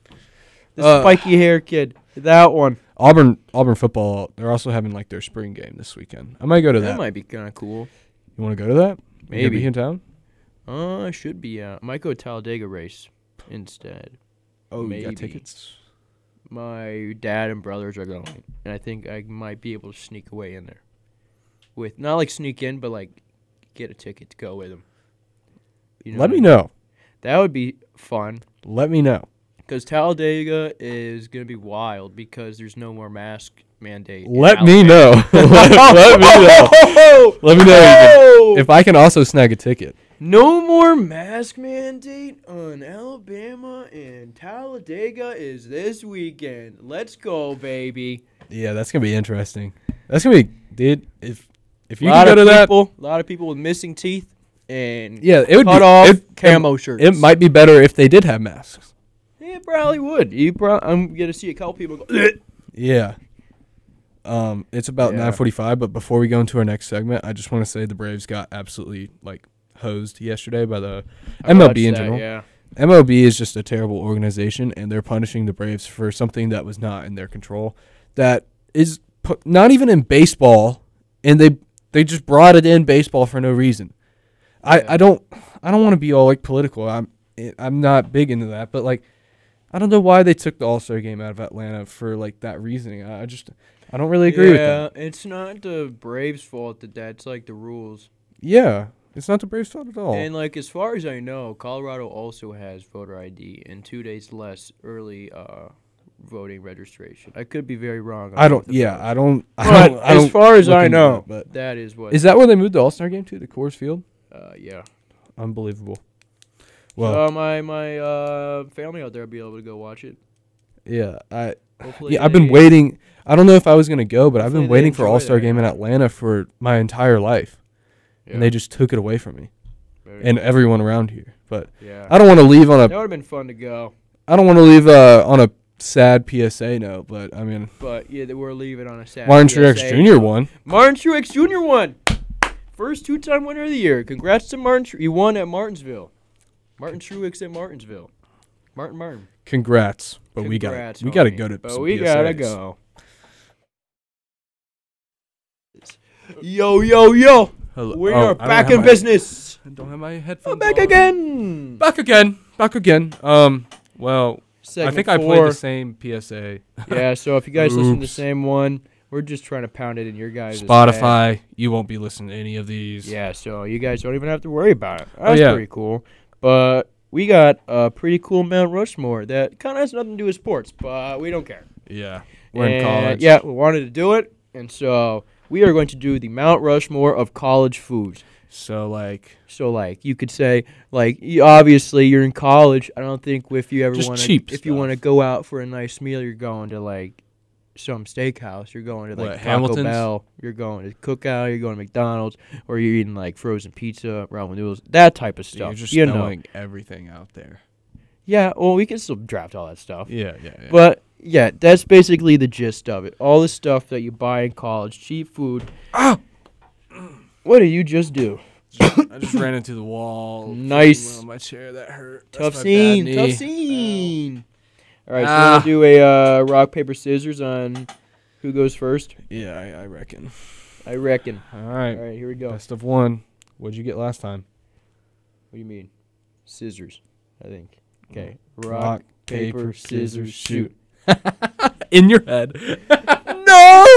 [SPEAKER 1] the
[SPEAKER 3] Uh.
[SPEAKER 1] spiky hair kid, that one."
[SPEAKER 3] Auburn Auburn football. They're also having like their spring game this weekend. I might go to
[SPEAKER 1] That
[SPEAKER 3] that.
[SPEAKER 1] might be kind of cool.
[SPEAKER 3] You want to go to that? You gonna
[SPEAKER 1] Maybe.
[SPEAKER 3] be in town.
[SPEAKER 1] Uh, should be. Uh, might go Talladega race instead.
[SPEAKER 3] Oh, you
[SPEAKER 1] Maybe.
[SPEAKER 3] got tickets.
[SPEAKER 1] My dad and brothers are going, and I think I might be able to sneak away in there. With not like sneak in, but like get a ticket to go with them. You
[SPEAKER 3] Let
[SPEAKER 1] what I
[SPEAKER 3] me
[SPEAKER 1] mean?
[SPEAKER 3] know.
[SPEAKER 1] That would be fun
[SPEAKER 3] Let me know.
[SPEAKER 1] because Talladega is gonna be wild because there's no more mask mandate. in
[SPEAKER 3] Let me
[SPEAKER 1] Alabama.
[SPEAKER 3] know. [laughs] let, let me know. [laughs] Let me know.
[SPEAKER 1] Oh!
[SPEAKER 3] If I can also snag a ticket.
[SPEAKER 1] No more mask mandate on Alabama and Talladega is this weekend. Let's go, baby.
[SPEAKER 3] Yeah, that's gonna be interesting. That's gonna be, dude. If if you
[SPEAKER 1] lot
[SPEAKER 3] can go to
[SPEAKER 1] of
[SPEAKER 3] that,
[SPEAKER 1] people, a lot of people with missing teeth and
[SPEAKER 3] yeah, it would
[SPEAKER 1] cut
[SPEAKER 3] be
[SPEAKER 1] off
[SPEAKER 3] it,
[SPEAKER 1] camo shirts.
[SPEAKER 3] It, it might be better if they did have masks.
[SPEAKER 1] Yeah, it probably would. You pro- I'm gonna see a couple people go.
[SPEAKER 3] Yeah. Um, it's about
[SPEAKER 1] Yeah.
[SPEAKER 3] nine forty-five. But before we go into our next segment, I just want to say the Braves got absolutely like hosed yesterday by the
[SPEAKER 1] I watched
[SPEAKER 3] MLB in
[SPEAKER 1] that,
[SPEAKER 3] general.
[SPEAKER 1] Yeah.
[SPEAKER 3] MLB is just a terrible organization, and they're punishing the Braves for something that was not in their control. That is pu- not even in baseball, and they they just brought it in baseball for no reason.
[SPEAKER 1] Yeah.
[SPEAKER 3] I, I don't I don't want to be all like political. I'm I- I'm not big into that, but like I don't know why they took the All Star game out of Atlanta for like that reasoning. I, I just I don't really agree with
[SPEAKER 1] yeah,
[SPEAKER 3] that.
[SPEAKER 1] it's not the Braves' fault that that's like the rules.
[SPEAKER 3] Yeah, It's not the Braves' fault at all.
[SPEAKER 1] And like as far as I know, Colorado also has voter ID and two days less early uh, voting registration. I could be very wrong. on
[SPEAKER 3] I don't.
[SPEAKER 1] the
[SPEAKER 3] Yeah,
[SPEAKER 1] votes.
[SPEAKER 3] I don't. I
[SPEAKER 1] But
[SPEAKER 3] don't, I
[SPEAKER 1] as
[SPEAKER 3] don't
[SPEAKER 1] far as
[SPEAKER 3] look
[SPEAKER 1] I
[SPEAKER 3] into
[SPEAKER 1] know,
[SPEAKER 3] it, but
[SPEAKER 1] that is what.
[SPEAKER 3] is that where they moved the All Star game to? The Coors Field?
[SPEAKER 1] uh, yeah.
[SPEAKER 3] Unbelievable. Well,
[SPEAKER 1] Well, my my uh, family out there will be able to go watch it.
[SPEAKER 3] yeah, I
[SPEAKER 1] Hopefully,
[SPEAKER 3] yeah, I've been
[SPEAKER 1] they-
[SPEAKER 3] waiting. I don't know if I was gonna go, but I've
[SPEAKER 1] Hopefully
[SPEAKER 3] been
[SPEAKER 1] they
[SPEAKER 3] waiting for
[SPEAKER 1] enjoy
[SPEAKER 3] All Star
[SPEAKER 1] that.
[SPEAKER 3] game in Atlanta for my entire life,
[SPEAKER 1] Yeah,
[SPEAKER 3] and they just took it away from me
[SPEAKER 1] very-
[SPEAKER 3] and everyone around here. But
[SPEAKER 1] yeah,
[SPEAKER 3] I don't want to leave on
[SPEAKER 1] that
[SPEAKER 3] a
[SPEAKER 1] would have been fun to go,
[SPEAKER 3] I don't want to leave uh, on a sad PSA note. But I mean,
[SPEAKER 1] but yeah, they were leaving on a Saturday.
[SPEAKER 3] Martin Truex Jr. won.
[SPEAKER 1] Martin Truex Jr. won. First two-time winner of the year. Congrats to Martin. Tru- he won at Martinsville. Martin Truex at Martinsville. Martin Martin.
[SPEAKER 3] Congrats, but we got
[SPEAKER 1] Congrats,
[SPEAKER 3] to we got to
[SPEAKER 1] homie.
[SPEAKER 3] go to.
[SPEAKER 1] But
[SPEAKER 3] some
[SPEAKER 1] we gotta
[SPEAKER 3] PSAs.
[SPEAKER 1] go. Yo yo yo!
[SPEAKER 3] Hello.
[SPEAKER 1] We
[SPEAKER 3] Oh, I
[SPEAKER 1] are
[SPEAKER 3] don't
[SPEAKER 1] back
[SPEAKER 3] have
[SPEAKER 1] in
[SPEAKER 3] my- Oh,
[SPEAKER 1] business.
[SPEAKER 2] I don't have my headphones.
[SPEAKER 1] I'm back
[SPEAKER 2] on.
[SPEAKER 1] again.
[SPEAKER 3] Back again. Back again. Um. Well,
[SPEAKER 1] Segment
[SPEAKER 3] I think I played
[SPEAKER 1] four.
[SPEAKER 3] the same PSA.
[SPEAKER 1] yeah, so if you guys listen to the
[SPEAKER 3] Oops.
[SPEAKER 1] same one, we're just trying to pound it in your guys' head.
[SPEAKER 3] Spotify. You won't be listening to any of these.
[SPEAKER 1] Yeah, so you guys don't even have to worry about it.
[SPEAKER 3] Oh,
[SPEAKER 1] That's
[SPEAKER 3] yeah.
[SPEAKER 1] pretty cool. But we got a pretty cool Mount Rushmore that kind of has nothing to do with sports, but we don't care.
[SPEAKER 3] Yeah. We're in
[SPEAKER 1] And,
[SPEAKER 3] college.
[SPEAKER 1] Eh, Yeah, we wanted to do it, and so we are going to do the Mount Rushmore of college foods.
[SPEAKER 3] So like,
[SPEAKER 1] So, like, you could say, like, y- obviously you're in college. I don't think if you ever
[SPEAKER 3] Just
[SPEAKER 1] want to,
[SPEAKER 3] cheap
[SPEAKER 1] if you
[SPEAKER 3] stuff.
[SPEAKER 1] want to go out for a nice meal, you're going to like some steakhouse. You're going to like
[SPEAKER 3] What,
[SPEAKER 1] Taco
[SPEAKER 3] Hamilton's?
[SPEAKER 1] Bell. You're going to Cookout. You're going to McDonald's, or you're eating like frozen pizza, ramen noodles, that type of stuff.
[SPEAKER 3] you're just
[SPEAKER 1] you know.
[SPEAKER 3] knowing everything out there.
[SPEAKER 1] Yeah. Well, we can still draft all that stuff.
[SPEAKER 3] Yeah, yeah, yeah.
[SPEAKER 1] But yeah, that's basically the gist of it. All the stuff that you buy in college, cheap food.
[SPEAKER 3] Ow!
[SPEAKER 1] What did you just do?
[SPEAKER 3] I just ran into
[SPEAKER 1] [coughs]
[SPEAKER 3] the wall.
[SPEAKER 1] Nice.
[SPEAKER 3] fell on my chair. That hurt. That's
[SPEAKER 1] Tough
[SPEAKER 3] my bad
[SPEAKER 1] scene.
[SPEAKER 3] knee.
[SPEAKER 1] Tough scene. All right,
[SPEAKER 3] Ah.
[SPEAKER 1] so we'll do a uh, rock paper scissors on who goes first.
[SPEAKER 3] Um, Yeah, I, I reckon.
[SPEAKER 1] I reckon.
[SPEAKER 3] All
[SPEAKER 1] All
[SPEAKER 3] right.
[SPEAKER 1] right, here we go. What
[SPEAKER 3] Best of one. What'd you get last time?
[SPEAKER 1] do you mean? Scissors, I think. Okay. Rock,
[SPEAKER 3] Mm-hmm. Rock,
[SPEAKER 1] paper, scissors, shoot.
[SPEAKER 3] In your
[SPEAKER 1] [laughs]
[SPEAKER 3] head. [laughs] no.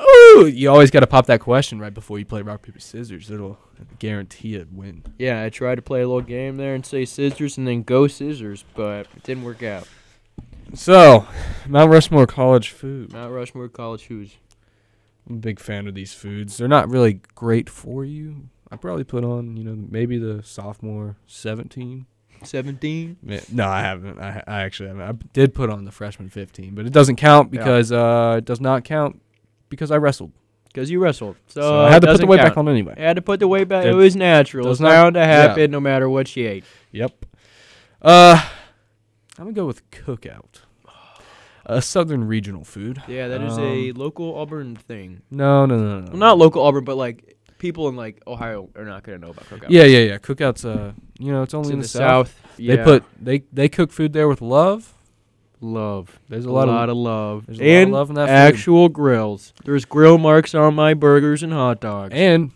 [SPEAKER 3] Ooh, you always got to pop that question right before you play rock paper scissors. It'll guarantee a win.
[SPEAKER 1] Yeah, I tried to play a little game there and say scissors and then go scissors, but it didn't work out.
[SPEAKER 3] So, Mount Rushmore college food.
[SPEAKER 1] Mount Rushmore college shoes.
[SPEAKER 3] I'm a big fan of these foods. They're not really great for you. I probably put on, you know, maybe the sophomore 17.
[SPEAKER 1] 17.
[SPEAKER 3] Ma- No, I haven't. I, I actually haven't. I p- did put on the freshman 15, but it doesn't count
[SPEAKER 1] Yeah.
[SPEAKER 3] because uh, it does not count because I wrestled.
[SPEAKER 1] Because you wrestled. So,
[SPEAKER 3] So I had to put the weight back
[SPEAKER 1] on.
[SPEAKER 3] on anyway.
[SPEAKER 1] I had to put the weight back. It
[SPEAKER 3] That
[SPEAKER 1] was natural.
[SPEAKER 3] does
[SPEAKER 1] It's
[SPEAKER 3] not-
[SPEAKER 1] bound to
[SPEAKER 3] yeah.
[SPEAKER 1] happen no matter what she ate.
[SPEAKER 3] Yep. Uh, I'm gonna go with cookout. A southern regional food.
[SPEAKER 1] Yeah, that is
[SPEAKER 3] Um,
[SPEAKER 1] a local Auburn thing.
[SPEAKER 3] No, no, no, no.
[SPEAKER 1] Well, not local Auburn, but like people in like Ohio are not gonna know about cookout.
[SPEAKER 3] Yeah, yeah, yeah. Cookout's uh, you know, it's only
[SPEAKER 1] it's
[SPEAKER 3] in, the, south. They
[SPEAKER 1] yeah.
[SPEAKER 3] put they they cook food there with love.
[SPEAKER 1] love. There's
[SPEAKER 3] There's a lot, of,
[SPEAKER 1] love.
[SPEAKER 3] there's a lot of
[SPEAKER 1] and
[SPEAKER 3] love in that food.
[SPEAKER 1] actual grills. There's grill marks on my burgers and hot dogs.
[SPEAKER 3] and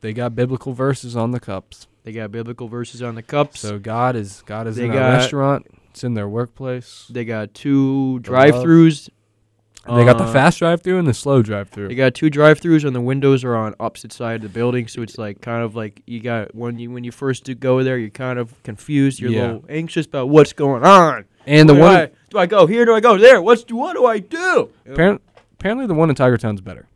[SPEAKER 3] they got biblical verses on the cups.
[SPEAKER 1] they got biblical verses on the cups.
[SPEAKER 3] So God is God is
[SPEAKER 1] They
[SPEAKER 3] in
[SPEAKER 1] got-
[SPEAKER 3] our restaurant. It's in their workplace.
[SPEAKER 1] they got two
[SPEAKER 3] The love.
[SPEAKER 1] drive-throughs.
[SPEAKER 3] And they got the
[SPEAKER 1] Uh,
[SPEAKER 3] fast drive through and the slow drive
[SPEAKER 1] They
[SPEAKER 3] through.
[SPEAKER 1] got two drive-throughs, and the windows are on opposite side of the building, so it's like kind of like you got when you when you first do go there, you're kind of confused, you're
[SPEAKER 3] Yeah.
[SPEAKER 1] a little anxious about what's going on.
[SPEAKER 3] And the
[SPEAKER 1] Where do
[SPEAKER 3] one
[SPEAKER 1] I, do I go here? Do I go there? What's what do I do?
[SPEAKER 3] apparent, apparently the one in Tiger Town's better.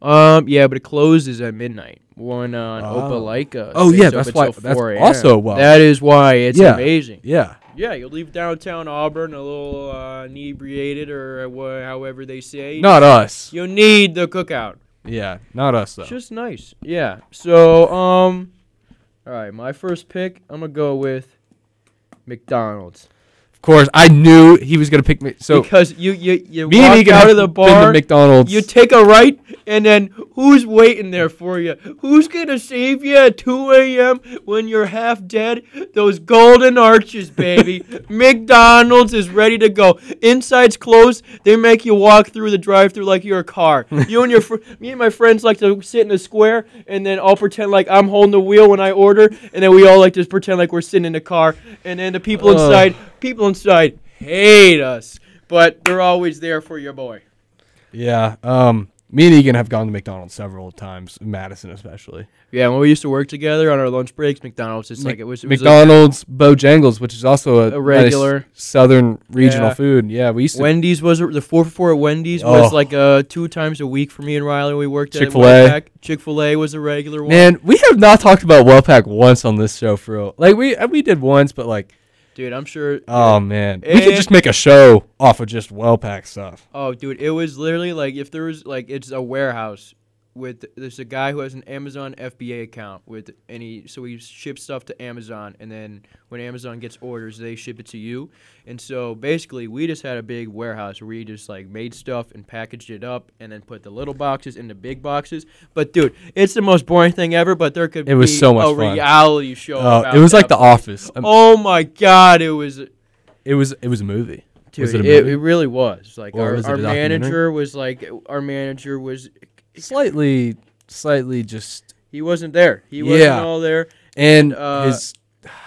[SPEAKER 1] Um, yeah, but it closes at midnight. One on
[SPEAKER 3] Oh.
[SPEAKER 1] Opelika.
[SPEAKER 3] Oh,
[SPEAKER 1] stays
[SPEAKER 3] yeah,
[SPEAKER 1] up
[SPEAKER 3] that's
[SPEAKER 1] until
[SPEAKER 3] why- that's
[SPEAKER 1] 4 a.m..
[SPEAKER 3] also why.
[SPEAKER 1] That is why it's
[SPEAKER 3] Yeah.
[SPEAKER 1] amazing.
[SPEAKER 3] Yeah.
[SPEAKER 1] Yeah, you leave downtown Auburn a little uh, inebriated or wha- however they say.
[SPEAKER 3] Not us.
[SPEAKER 1] you need the cookout.
[SPEAKER 3] Yeah, not us though.
[SPEAKER 1] It's just nice. Yeah. So, um, all right, my first pick, I'm gonna go with McDonald's
[SPEAKER 3] Of course, I knew he was gonna pick me. So
[SPEAKER 1] because you you you
[SPEAKER 3] me and
[SPEAKER 1] walk
[SPEAKER 3] Egan
[SPEAKER 1] out
[SPEAKER 3] have
[SPEAKER 1] of the
[SPEAKER 3] been to
[SPEAKER 1] bar.
[SPEAKER 3] McDonald's.
[SPEAKER 1] You take a right, and then who's waiting there for you? Who's gonna save you at 2 a.m. when you're half dead? Those golden arches, baby. McDonald's is ready to go. Inside's closed. They make you walk through the drive-through like you're a car. You and your fr- me and my friends like to sit in the square, and then I'll pretend like I'm holding the wheel when I order, and then we all like to pretend like we're sitting in the car, and then the people
[SPEAKER 3] Ugh.
[SPEAKER 1] inside, people inside hate us, but they're always there for your boy.
[SPEAKER 3] yeah. Um. Me and Egan have gone to McDonald's several times, Madison especially.
[SPEAKER 1] Yeah, when we used to work together on our lunch breaks, McDonald's. It's like it was, it was like
[SPEAKER 3] McDonald's Bojangles, which is also a,
[SPEAKER 1] A regular.
[SPEAKER 3] nice southern regional
[SPEAKER 1] Yeah.
[SPEAKER 3] food. Yeah, we used to
[SPEAKER 1] Wendy's was the four for four at Wendy's
[SPEAKER 3] Oh.
[SPEAKER 1] was like uh two times a week for me and Riley. when We worked
[SPEAKER 3] Chick-fil-A.
[SPEAKER 1] at Chick Fil A was a regular one.
[SPEAKER 3] Man, we have not talked about Wellpack once on this show for real. Like we uh, we did once, but like
[SPEAKER 1] Dude, I'm sure.
[SPEAKER 3] oh man, we could
[SPEAKER 1] Eh.
[SPEAKER 3] just make a show off of just Wellpack stuff.
[SPEAKER 1] Oh, dude, it was literally like if there was like it's a warehouse with there's a guy who has an Amazon FBA account with and he so he ships stuff to Amazon and then when Amazon gets orders they ship it to you and so basically we just had a big warehouse where we just like made stuff and packaged it up and then put the little boxes in the big boxes but dude it's the most boring thing ever but there could
[SPEAKER 3] It was
[SPEAKER 1] be
[SPEAKER 3] so much
[SPEAKER 1] a
[SPEAKER 3] fun.
[SPEAKER 1] reality show
[SPEAKER 3] Oh,
[SPEAKER 1] about
[SPEAKER 3] it was like
[SPEAKER 1] that.
[SPEAKER 3] The Office. Um,
[SPEAKER 1] oh my god it was
[SPEAKER 3] It was it was a movie.
[SPEAKER 1] Dude,
[SPEAKER 3] was it a
[SPEAKER 1] it,
[SPEAKER 3] movie?
[SPEAKER 1] it really was. Like
[SPEAKER 3] Or
[SPEAKER 1] our,
[SPEAKER 3] was it
[SPEAKER 1] our
[SPEAKER 3] a documentary?
[SPEAKER 1] manager was like our manager was
[SPEAKER 3] slightly, slightly just
[SPEAKER 1] he wasn't there. He wasn't
[SPEAKER 3] Yeah.
[SPEAKER 1] all there.
[SPEAKER 3] and
[SPEAKER 1] uh,
[SPEAKER 3] his.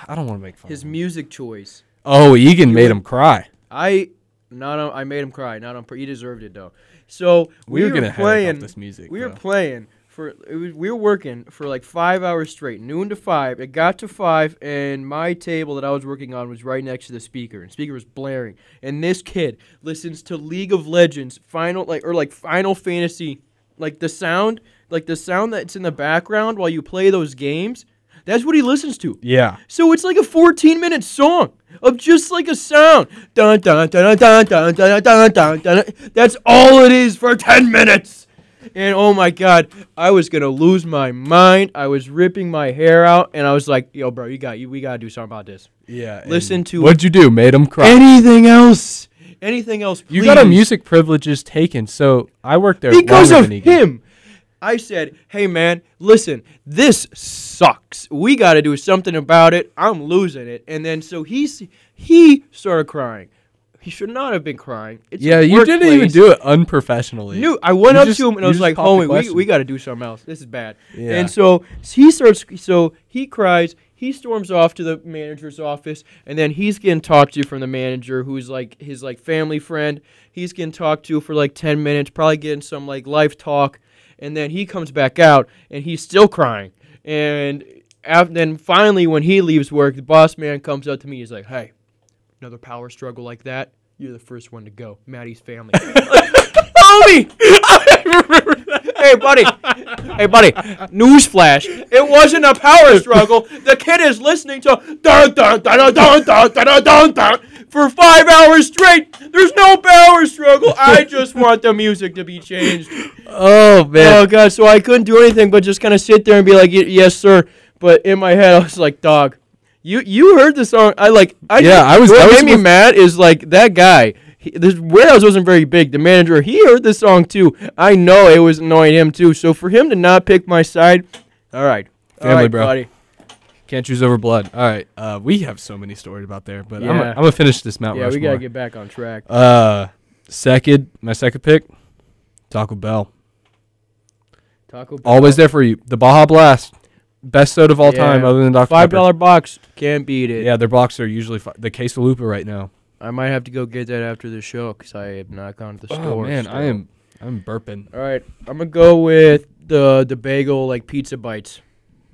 [SPEAKER 3] I don't want to make fun.
[SPEAKER 1] His
[SPEAKER 3] of him.
[SPEAKER 1] music choice.
[SPEAKER 3] oh, Egan made
[SPEAKER 1] was-
[SPEAKER 3] him cry.
[SPEAKER 1] I not on, I made him cry. Not on pur- he deserved it though. So
[SPEAKER 3] We, were gonna head off
[SPEAKER 1] playing
[SPEAKER 3] this music.
[SPEAKER 1] we were
[SPEAKER 3] though.
[SPEAKER 1] playing for it was, we were working for like five hours straight, noon to five. It got to five, and my table that I was working on was right next to the speaker, and speaker was blaring. And this kid listens to League of Legends final like or like Final Fantasy, like the sound like the sound that's in the background while you play those games. That's what he listens to.
[SPEAKER 3] yeah,
[SPEAKER 1] So it's like a 14 minute song of just like a sound. Dun dun dun dun dun dun dun dun dun. That's all it is for 10 minutes. And oh my god, I was gonna lose my mind. I was ripping my hair out, and I was like, "Yo, bro, you got you. We gotta do something about this.
[SPEAKER 3] yeah. and
[SPEAKER 1] Listen to-
[SPEAKER 3] what'd you do? Made him cry.
[SPEAKER 1] Anything else? Anything else? Please.
[SPEAKER 3] you got a music privileges taken, so I worked there
[SPEAKER 1] because
[SPEAKER 3] longer
[SPEAKER 1] of
[SPEAKER 3] than Egan.
[SPEAKER 1] him. I said, "Hey man, listen, this sucks. We got to do something about it. I'm losing it." And then so he s- he started crying. He should not have been crying. It's
[SPEAKER 3] Yeah, you didn't even do it unprofessionally.
[SPEAKER 1] Knew I went
[SPEAKER 3] You
[SPEAKER 1] up
[SPEAKER 3] just-
[SPEAKER 1] to him and
[SPEAKER 3] you
[SPEAKER 1] I was
[SPEAKER 3] just
[SPEAKER 1] like,
[SPEAKER 3] popped the
[SPEAKER 1] "Homie, we,
[SPEAKER 3] question."
[SPEAKER 1] we got to do something else. This is bad."
[SPEAKER 3] Yeah.
[SPEAKER 1] And so he starts. So he cries. He storms off to the manager's office, and then he's getting talked to from the manager, who's like his like family friend. He's getting talked to for like ten minutes, probably getting some like life talk, and then he comes back out and he's still crying. And af- then finally, when he leaves work, the boss man comes up to me. He's like, "Hey, another power struggle like that." You're the first one to go. Maddie's family. [laughs] Homie! hey, buddy. Hey, buddy. Newsflash. It wasn't a power struggle. The kid is listening to dun, dun, dun, dun, dun, dun, dun, dun, dun, for five hours straight. There's no power struggle. I just want the music to be changed.
[SPEAKER 3] Oh man,
[SPEAKER 1] Oh, God. So I couldn't do anything but just kind of sit there and be like, "Y- yes, sir. But in my head, I was like, dog. You, you heard the song. I like. I
[SPEAKER 3] Yeah, I was-
[SPEAKER 1] What
[SPEAKER 3] I was
[SPEAKER 1] made me
[SPEAKER 3] with-
[SPEAKER 1] mad is like that guy. He, this warehouse wasn't very big. The manager, he heard the song too. I know it was annoying him too. So for him to not pick my side, all right, all
[SPEAKER 3] Family,
[SPEAKER 1] right,
[SPEAKER 3] bro.
[SPEAKER 1] buddy. Oh.
[SPEAKER 3] can't choose over blood. All right, uh, we have so many stories about there, but I'm,
[SPEAKER 1] Yeah.
[SPEAKER 3] I'm gonna finish this Mount
[SPEAKER 1] yeah,
[SPEAKER 3] Rushmore.
[SPEAKER 1] we gotta get back on track.
[SPEAKER 3] Uh, second, my second pick, Taco Bell.
[SPEAKER 1] Taco Bell.
[SPEAKER 3] Always there for you. The Baja Blast, best soda of all
[SPEAKER 1] Yeah.
[SPEAKER 3] time, other than Dr
[SPEAKER 1] Five
[SPEAKER 3] Pepper.
[SPEAKER 1] dollar box can't beat it.
[SPEAKER 3] Yeah, their box are usually fi- the Quesalupa right now.
[SPEAKER 1] I might have to go get that after the show because I have not gone to the store.
[SPEAKER 3] oh man, I
[SPEAKER 1] still.
[SPEAKER 3] am I'm burping.
[SPEAKER 1] All right, I'm gonna go with the the bagel like pizza bites.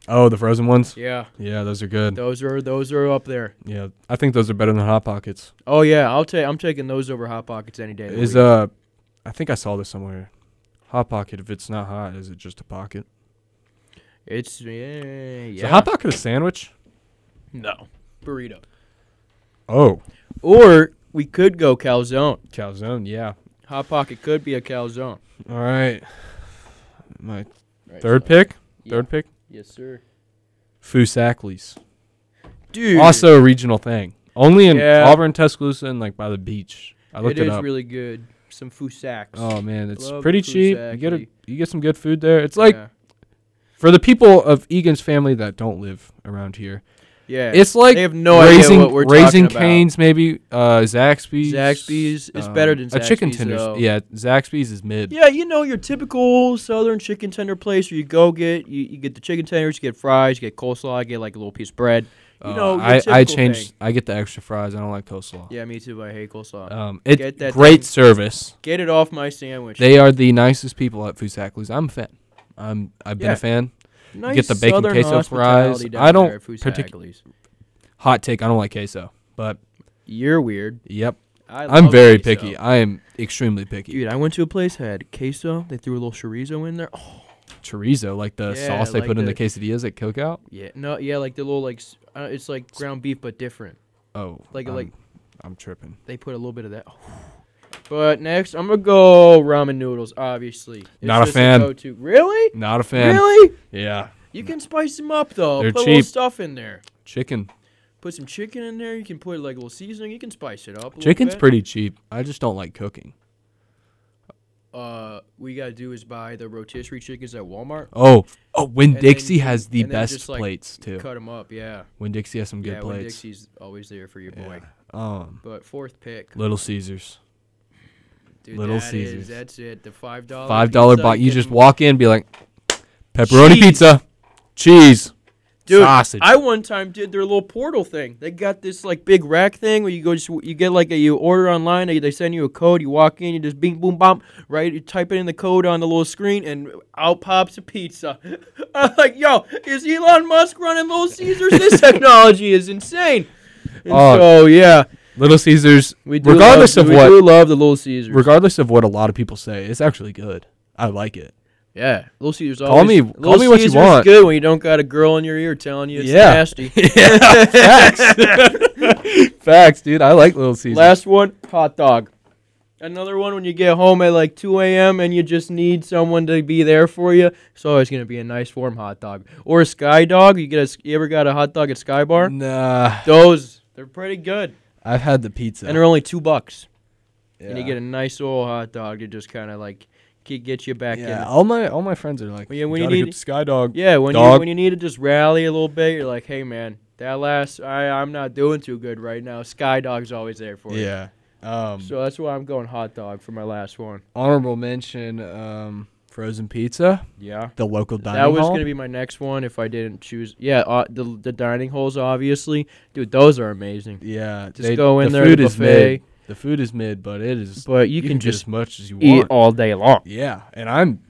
[SPEAKER 3] Oh, the frozen ones.
[SPEAKER 1] Yeah,
[SPEAKER 3] Yeah, those are good.
[SPEAKER 1] those are those are up there.
[SPEAKER 3] Yeah, I think those are better than Hot Pockets.
[SPEAKER 1] Oh yeah, I'll take I'm taking those over hot pockets any day. of the
[SPEAKER 3] Is
[SPEAKER 1] week.
[SPEAKER 3] uh, I think I saw this somewhere. Hot Pocket. If it's not hot, is it just a pocket?
[SPEAKER 1] it's yeah,
[SPEAKER 3] Is
[SPEAKER 1] yeah.
[SPEAKER 3] a uh, Hot Pocket a sandwich?
[SPEAKER 1] no burrito.
[SPEAKER 3] Oh,
[SPEAKER 1] Or we could go calzone.
[SPEAKER 3] calzone. Yeah.
[SPEAKER 1] Hot pocket could be a calzone.
[SPEAKER 3] All right. My
[SPEAKER 1] Right,
[SPEAKER 3] third
[SPEAKER 1] so-
[SPEAKER 3] pick.
[SPEAKER 1] Yeah.
[SPEAKER 3] Third pick.
[SPEAKER 1] Yes, sir.
[SPEAKER 3] Fusackley's.
[SPEAKER 1] Dude,
[SPEAKER 3] Also a regional thing. Only in
[SPEAKER 1] Yeah.
[SPEAKER 3] Auburn, Tuscaloosa, and like by the beach. I
[SPEAKER 1] it
[SPEAKER 3] looked it,
[SPEAKER 1] is
[SPEAKER 3] up.
[SPEAKER 1] really good. Some fousacks.
[SPEAKER 3] oh man, it's
[SPEAKER 1] Love
[SPEAKER 3] pretty cheap. You get a,
[SPEAKER 1] Fusackley.
[SPEAKER 3] you get some good food there. It's like
[SPEAKER 1] yeah,
[SPEAKER 3] for the people of Egan's family that don't live around here.
[SPEAKER 1] Yeah.
[SPEAKER 3] It's like
[SPEAKER 1] they have no
[SPEAKER 3] raising
[SPEAKER 1] idea what we're
[SPEAKER 3] raising
[SPEAKER 1] talking
[SPEAKER 3] canes, maybe uh, Zaxby's. um,
[SPEAKER 1] Zaxby's is better than
[SPEAKER 3] a chicken
[SPEAKER 1] Zaxby's,
[SPEAKER 3] tenders.
[SPEAKER 1] though.
[SPEAKER 3] Yeah, Zaxby's is mid.
[SPEAKER 1] about. Yeah, you know your typical southern chicken tender place where you go get you, you get the chicken tenders, you get fries, you get coleslaw, you get like a little piece of bread. You
[SPEAKER 3] Uh,
[SPEAKER 1] know, your
[SPEAKER 3] I, I
[SPEAKER 1] typical
[SPEAKER 3] change.
[SPEAKER 1] thing.
[SPEAKER 3] I get the extra fries. I don't like coleslaw.
[SPEAKER 1] Yeah, me too. I hate coleslaw.
[SPEAKER 3] Um, it
[SPEAKER 1] Get that
[SPEAKER 3] great
[SPEAKER 1] thing-
[SPEAKER 3] service.
[SPEAKER 1] Get it off my sandwich.
[SPEAKER 3] They uh, are the nicest people at Fusackley's. I'm a fan. I'm I've been
[SPEAKER 1] Yeah.
[SPEAKER 3] a fan.
[SPEAKER 1] nice
[SPEAKER 3] get the bacon
[SPEAKER 1] southern
[SPEAKER 3] queso
[SPEAKER 1] hospitality
[SPEAKER 3] fries.
[SPEAKER 1] down
[SPEAKER 3] I don't
[SPEAKER 1] there at Foos
[SPEAKER 3] partic-
[SPEAKER 1] Hackley's.
[SPEAKER 3] Hot take. I don't like queso, but
[SPEAKER 1] You're weird.
[SPEAKER 3] yep.
[SPEAKER 1] I
[SPEAKER 3] I'm
[SPEAKER 1] love
[SPEAKER 3] very
[SPEAKER 1] queso.
[SPEAKER 3] picky. I am extremely picky.
[SPEAKER 1] Dude, I went to a place that had queso. They threw a little chorizo in there. Oh,
[SPEAKER 3] Chorizo, like the
[SPEAKER 1] Yeah,
[SPEAKER 3] sauce they
[SPEAKER 1] like
[SPEAKER 3] put in
[SPEAKER 1] the-
[SPEAKER 3] the quesadillas at Cookout.
[SPEAKER 1] yeah. No, yeah, like the little like s- uh, it's like ground beef but different.
[SPEAKER 3] Oh,
[SPEAKER 1] Like-
[SPEAKER 3] I'm-
[SPEAKER 1] like-
[SPEAKER 3] I'm tripping.
[SPEAKER 1] They put a little bit of that. [sighs] But next, I'm gonna go ramen noodles. Obviously, It's
[SPEAKER 3] Not a
[SPEAKER 1] just
[SPEAKER 3] fan.
[SPEAKER 1] go-to. Really?
[SPEAKER 3] Not a fan.
[SPEAKER 1] Really?
[SPEAKER 3] Yeah,
[SPEAKER 1] You can spice them up though.
[SPEAKER 3] They're
[SPEAKER 1] put a little
[SPEAKER 3] cheap.
[SPEAKER 1] stuff in there.
[SPEAKER 3] chicken.
[SPEAKER 1] Put some chicken in there. You can put like a little seasoning. You can spice it up. a little
[SPEAKER 3] Chicken's
[SPEAKER 1] bit.
[SPEAKER 3] pretty cheap. I just don't like cooking.
[SPEAKER 1] Uh, what you gotta do is buy the rotisserie chickens at Walmart.
[SPEAKER 3] Oh, oh, Win
[SPEAKER 1] then
[SPEAKER 3] Dixie
[SPEAKER 1] you-
[SPEAKER 3] has the
[SPEAKER 1] and then
[SPEAKER 3] best
[SPEAKER 1] just, like,
[SPEAKER 3] plates too.
[SPEAKER 1] Cut them up, yeah.
[SPEAKER 3] Win Dixie has some good
[SPEAKER 1] yeah, when
[SPEAKER 3] plates.
[SPEAKER 1] Dixie's always there for your boy.
[SPEAKER 3] Um,
[SPEAKER 1] But fourth pick,
[SPEAKER 3] Little Caesars,
[SPEAKER 1] dude,
[SPEAKER 3] Little
[SPEAKER 1] that is-
[SPEAKER 3] Caesars.
[SPEAKER 1] that's it. The five dollar.
[SPEAKER 3] five dollar box. You just walk in, be like, pepperoni
[SPEAKER 1] Cheese.
[SPEAKER 3] pizza, cheese.
[SPEAKER 1] Dude,
[SPEAKER 3] sausage.
[SPEAKER 1] I one time did their little portal thing. They got this like big rack thing where you go just you get like a you order online. They, they send you a code. You walk in, you just bing boom bump right. You type in the code on the little screen, and out pops a pizza. [laughs] I'm like, yo, is Elon Musk running Little Caesars?
[SPEAKER 3] [laughs]
[SPEAKER 1] This technology is insane. And
[SPEAKER 3] Oh.
[SPEAKER 1] so yeah,
[SPEAKER 3] Little Caesars,
[SPEAKER 1] we do
[SPEAKER 3] regardless
[SPEAKER 1] love,
[SPEAKER 3] of
[SPEAKER 1] we
[SPEAKER 3] what,
[SPEAKER 1] do love the Little Caesars.
[SPEAKER 3] regardless of what a lot of people say, it's actually good. I
[SPEAKER 1] [laughs]
[SPEAKER 3] like it.
[SPEAKER 1] yeah, Little Caesars.
[SPEAKER 3] Call
[SPEAKER 1] always-
[SPEAKER 3] me-
[SPEAKER 1] Little
[SPEAKER 3] call me what you
[SPEAKER 1] Caesars
[SPEAKER 3] want.
[SPEAKER 1] Good when you don't got a girl in your ear telling you it's
[SPEAKER 3] Yeah. [laughs]
[SPEAKER 1] nasty. [laughs]
[SPEAKER 3] Facts, [laughs] facts, dude. I like Little Caesars.
[SPEAKER 1] Last one, hot dog. Another one when you get home at like 2 a.m. and you just need someone to be there for you. It's always gonna be a nice warm hot dog or a Sky Dog. You get a, you ever got a hot dog at Sky Bar?
[SPEAKER 3] nah,
[SPEAKER 1] Those they're pretty good,
[SPEAKER 3] I've had the pizza.
[SPEAKER 1] and they're only two bucks. And you
[SPEAKER 3] Yeah.
[SPEAKER 1] get a nice old hot dog to just kind of like ke- get you back
[SPEAKER 3] yeah,
[SPEAKER 1] in.
[SPEAKER 3] all my all my friends are like,
[SPEAKER 1] Well, yeah, when you
[SPEAKER 3] gotta
[SPEAKER 1] need-
[SPEAKER 3] get the Sky Dog.
[SPEAKER 1] Yeah, when you
[SPEAKER 3] Dog.
[SPEAKER 1] when you need to just rally a little bit, you're like, hey man, that last I I'm not doing too good right now. Sky Dog's always there for you.
[SPEAKER 3] Yeah. Um,
[SPEAKER 1] So that's why I'm going hot dog for my last one.
[SPEAKER 3] honorable mention: um, frozen pizza,
[SPEAKER 1] Yeah.
[SPEAKER 3] the local dining
[SPEAKER 1] that was
[SPEAKER 3] hall.
[SPEAKER 1] gonna be my next one if I didn't choose. Yeah, uh, the the dining halls obviously, dude. Those are amazing.
[SPEAKER 3] yeah,
[SPEAKER 1] Just go in
[SPEAKER 3] the
[SPEAKER 1] there,
[SPEAKER 3] Food
[SPEAKER 1] the
[SPEAKER 3] is
[SPEAKER 1] buffet.
[SPEAKER 3] mid. The food is mid, but it is.
[SPEAKER 1] But you,
[SPEAKER 3] you,
[SPEAKER 1] can,
[SPEAKER 3] can, get
[SPEAKER 1] just
[SPEAKER 3] as much as you
[SPEAKER 1] eat
[SPEAKER 3] want.
[SPEAKER 1] all day long.
[SPEAKER 3] Yeah, and I'm.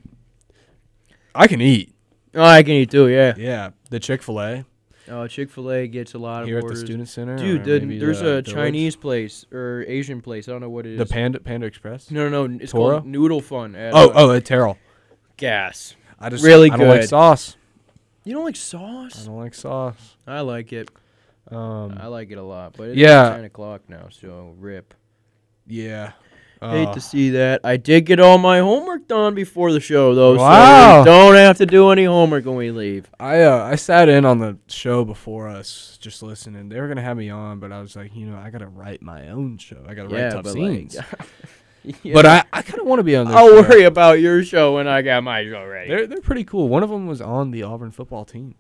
[SPEAKER 3] I can eat.
[SPEAKER 1] Oh, I can eat too. Yeah.
[SPEAKER 3] Yeah, the Chick Fil A
[SPEAKER 1] Uh, Chick Fil A gets a lot of
[SPEAKER 3] here at the
[SPEAKER 1] orders.
[SPEAKER 3] student center. or
[SPEAKER 1] dude, the-
[SPEAKER 3] maybe
[SPEAKER 1] there's
[SPEAKER 3] the
[SPEAKER 1] a
[SPEAKER 3] Village.
[SPEAKER 1] Chinese place or Asian place. I don't know what it
[SPEAKER 3] The
[SPEAKER 1] is.
[SPEAKER 3] Panda Panda Express.
[SPEAKER 1] no, no, no. It's
[SPEAKER 3] Toro?
[SPEAKER 1] called Noodle Fun. At,
[SPEAKER 3] Oh,
[SPEAKER 1] uh,
[SPEAKER 3] oh, at Terrell.
[SPEAKER 1] gas.
[SPEAKER 3] I just
[SPEAKER 1] Really
[SPEAKER 3] I don't like
[SPEAKER 1] good.
[SPEAKER 3] sauce.
[SPEAKER 1] You don't like
[SPEAKER 3] I
[SPEAKER 1] sauce?
[SPEAKER 3] don't like sauce.
[SPEAKER 1] I, like it.
[SPEAKER 3] Um,
[SPEAKER 1] I like it a lot. But it's
[SPEAKER 3] Yeah.
[SPEAKER 1] nine o'clock now, so rip.
[SPEAKER 3] yeah.
[SPEAKER 1] Hate
[SPEAKER 3] Uh,
[SPEAKER 1] to see that. I did get all my homework done before the show, though. So
[SPEAKER 3] Wow.
[SPEAKER 1] we don't have to do any homework when we leave.
[SPEAKER 3] I uh, I sat in on the show before us, just listening. They were gonna have me on, but I was like, you know, I gotta write my own show. I gotta write
[SPEAKER 1] [laughs]
[SPEAKER 3] tough scenes.
[SPEAKER 1] Like,
[SPEAKER 3] [laughs] But I, I kind of want to be on.
[SPEAKER 1] [laughs]
[SPEAKER 3] Their
[SPEAKER 1] I'll
[SPEAKER 3] show.
[SPEAKER 1] worry about your show when I got my show ready.
[SPEAKER 3] They're they're pretty cool. One of them was on the Auburn football team.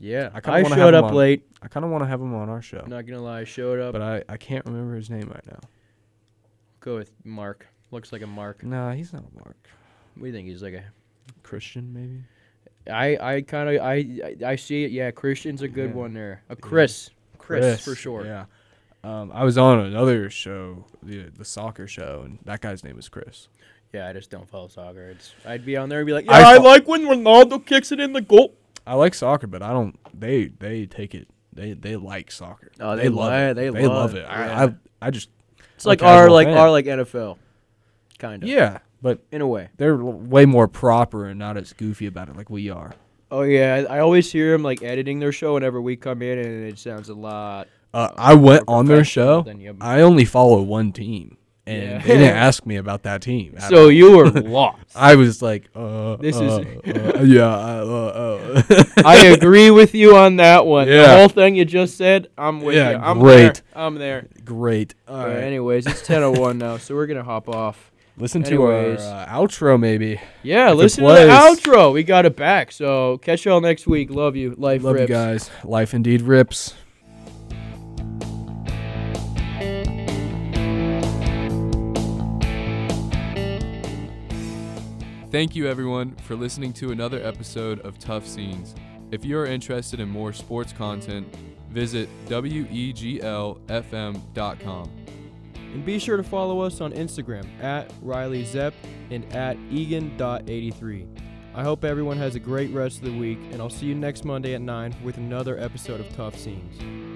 [SPEAKER 1] yeah,
[SPEAKER 3] I kinda
[SPEAKER 1] I,
[SPEAKER 3] wanna have
[SPEAKER 1] showed
[SPEAKER 3] them
[SPEAKER 1] up
[SPEAKER 3] on.
[SPEAKER 1] late.
[SPEAKER 3] I kind of want to have him on our show,
[SPEAKER 1] I'm not gonna lie, I showed up.
[SPEAKER 3] but I, I can't remember his name right now.
[SPEAKER 1] Go with Mark. Looks like a Mark.
[SPEAKER 3] Nah, he's not a Mark.
[SPEAKER 1] We think he's like a.
[SPEAKER 3] Christian maybe.
[SPEAKER 1] I I kind of I, I I see it. Yeah, Christian's a good
[SPEAKER 3] Yeah.
[SPEAKER 1] one there. A Chris. Chris, for sure.
[SPEAKER 3] Yeah. Um, I was on another show, the the soccer show, and that guy's name was Chris.
[SPEAKER 1] Yeah, I just don't follow soccer. It's, I'd be on there and be like, yeah,
[SPEAKER 3] I
[SPEAKER 1] I
[SPEAKER 3] fo-
[SPEAKER 1] like when Ronaldo kicks it in the goal.
[SPEAKER 3] I like soccer, but I don't. They they take it. They they like soccer.
[SPEAKER 1] Oh, they
[SPEAKER 3] love
[SPEAKER 1] li-
[SPEAKER 3] it.
[SPEAKER 1] they love
[SPEAKER 3] love
[SPEAKER 1] it,
[SPEAKER 3] it. I,
[SPEAKER 1] yeah.
[SPEAKER 3] I I just
[SPEAKER 1] It's
[SPEAKER 3] I'm a
[SPEAKER 1] like our
[SPEAKER 3] casual
[SPEAKER 1] like
[SPEAKER 3] fan.
[SPEAKER 1] our like NFL, kind of.
[SPEAKER 3] yeah, but
[SPEAKER 1] in a way.
[SPEAKER 3] they're l- way more proper and not as goofy about it like we are.
[SPEAKER 1] Oh yeah, I, I always hear them like editing their show whenever we come in, and it sounds a lot.
[SPEAKER 3] Uh, I went
[SPEAKER 1] more
[SPEAKER 3] on their
[SPEAKER 1] professional
[SPEAKER 3] show.
[SPEAKER 1] than you-
[SPEAKER 3] I only follow one team, and
[SPEAKER 1] Yeah.
[SPEAKER 3] they
[SPEAKER 1] [laughs]
[SPEAKER 3] didn't ask me about that team. at
[SPEAKER 1] So
[SPEAKER 3] all.
[SPEAKER 1] you
[SPEAKER 3] [laughs]
[SPEAKER 1] were lost.
[SPEAKER 3] I was like, uh,
[SPEAKER 1] This
[SPEAKER 3] uh,
[SPEAKER 1] is- [laughs]
[SPEAKER 3] uh, yeah, uh, uh, uh.
[SPEAKER 1] I
[SPEAKER 3] [laughs]
[SPEAKER 1] agree with you on that one. The
[SPEAKER 3] Yeah.
[SPEAKER 1] whole thing you just said, I'm with
[SPEAKER 3] Yeah,
[SPEAKER 1] you. I'm
[SPEAKER 3] great.
[SPEAKER 1] There. I'm there.
[SPEAKER 3] Great. All
[SPEAKER 1] But
[SPEAKER 3] right.
[SPEAKER 1] anyways,
[SPEAKER 3] [laughs]
[SPEAKER 1] it's 10:01 now, so we're gonna hop off.
[SPEAKER 3] Listen
[SPEAKER 1] anyways.
[SPEAKER 3] to our uh, outro, maybe.
[SPEAKER 1] Yeah,
[SPEAKER 3] If it
[SPEAKER 1] listen to the
[SPEAKER 3] plays-
[SPEAKER 1] outro. We got it back. So catch y'all next week. Love you. Life
[SPEAKER 3] Love
[SPEAKER 1] rips.
[SPEAKER 3] you guys. Life indeed rips.
[SPEAKER 2] Thank you, everyone, for listening to another episode of Tough Scenes. If you are interested in more sports content, E
[SPEAKER 3] Visit weglfm.com.
[SPEAKER 1] And be sure to follow us on Instagram at Riley Zepp and at Egan.83. I hope everyone has a great rest of the week, and I'll see you next Monday at 9 with another episode of Tough Scenes.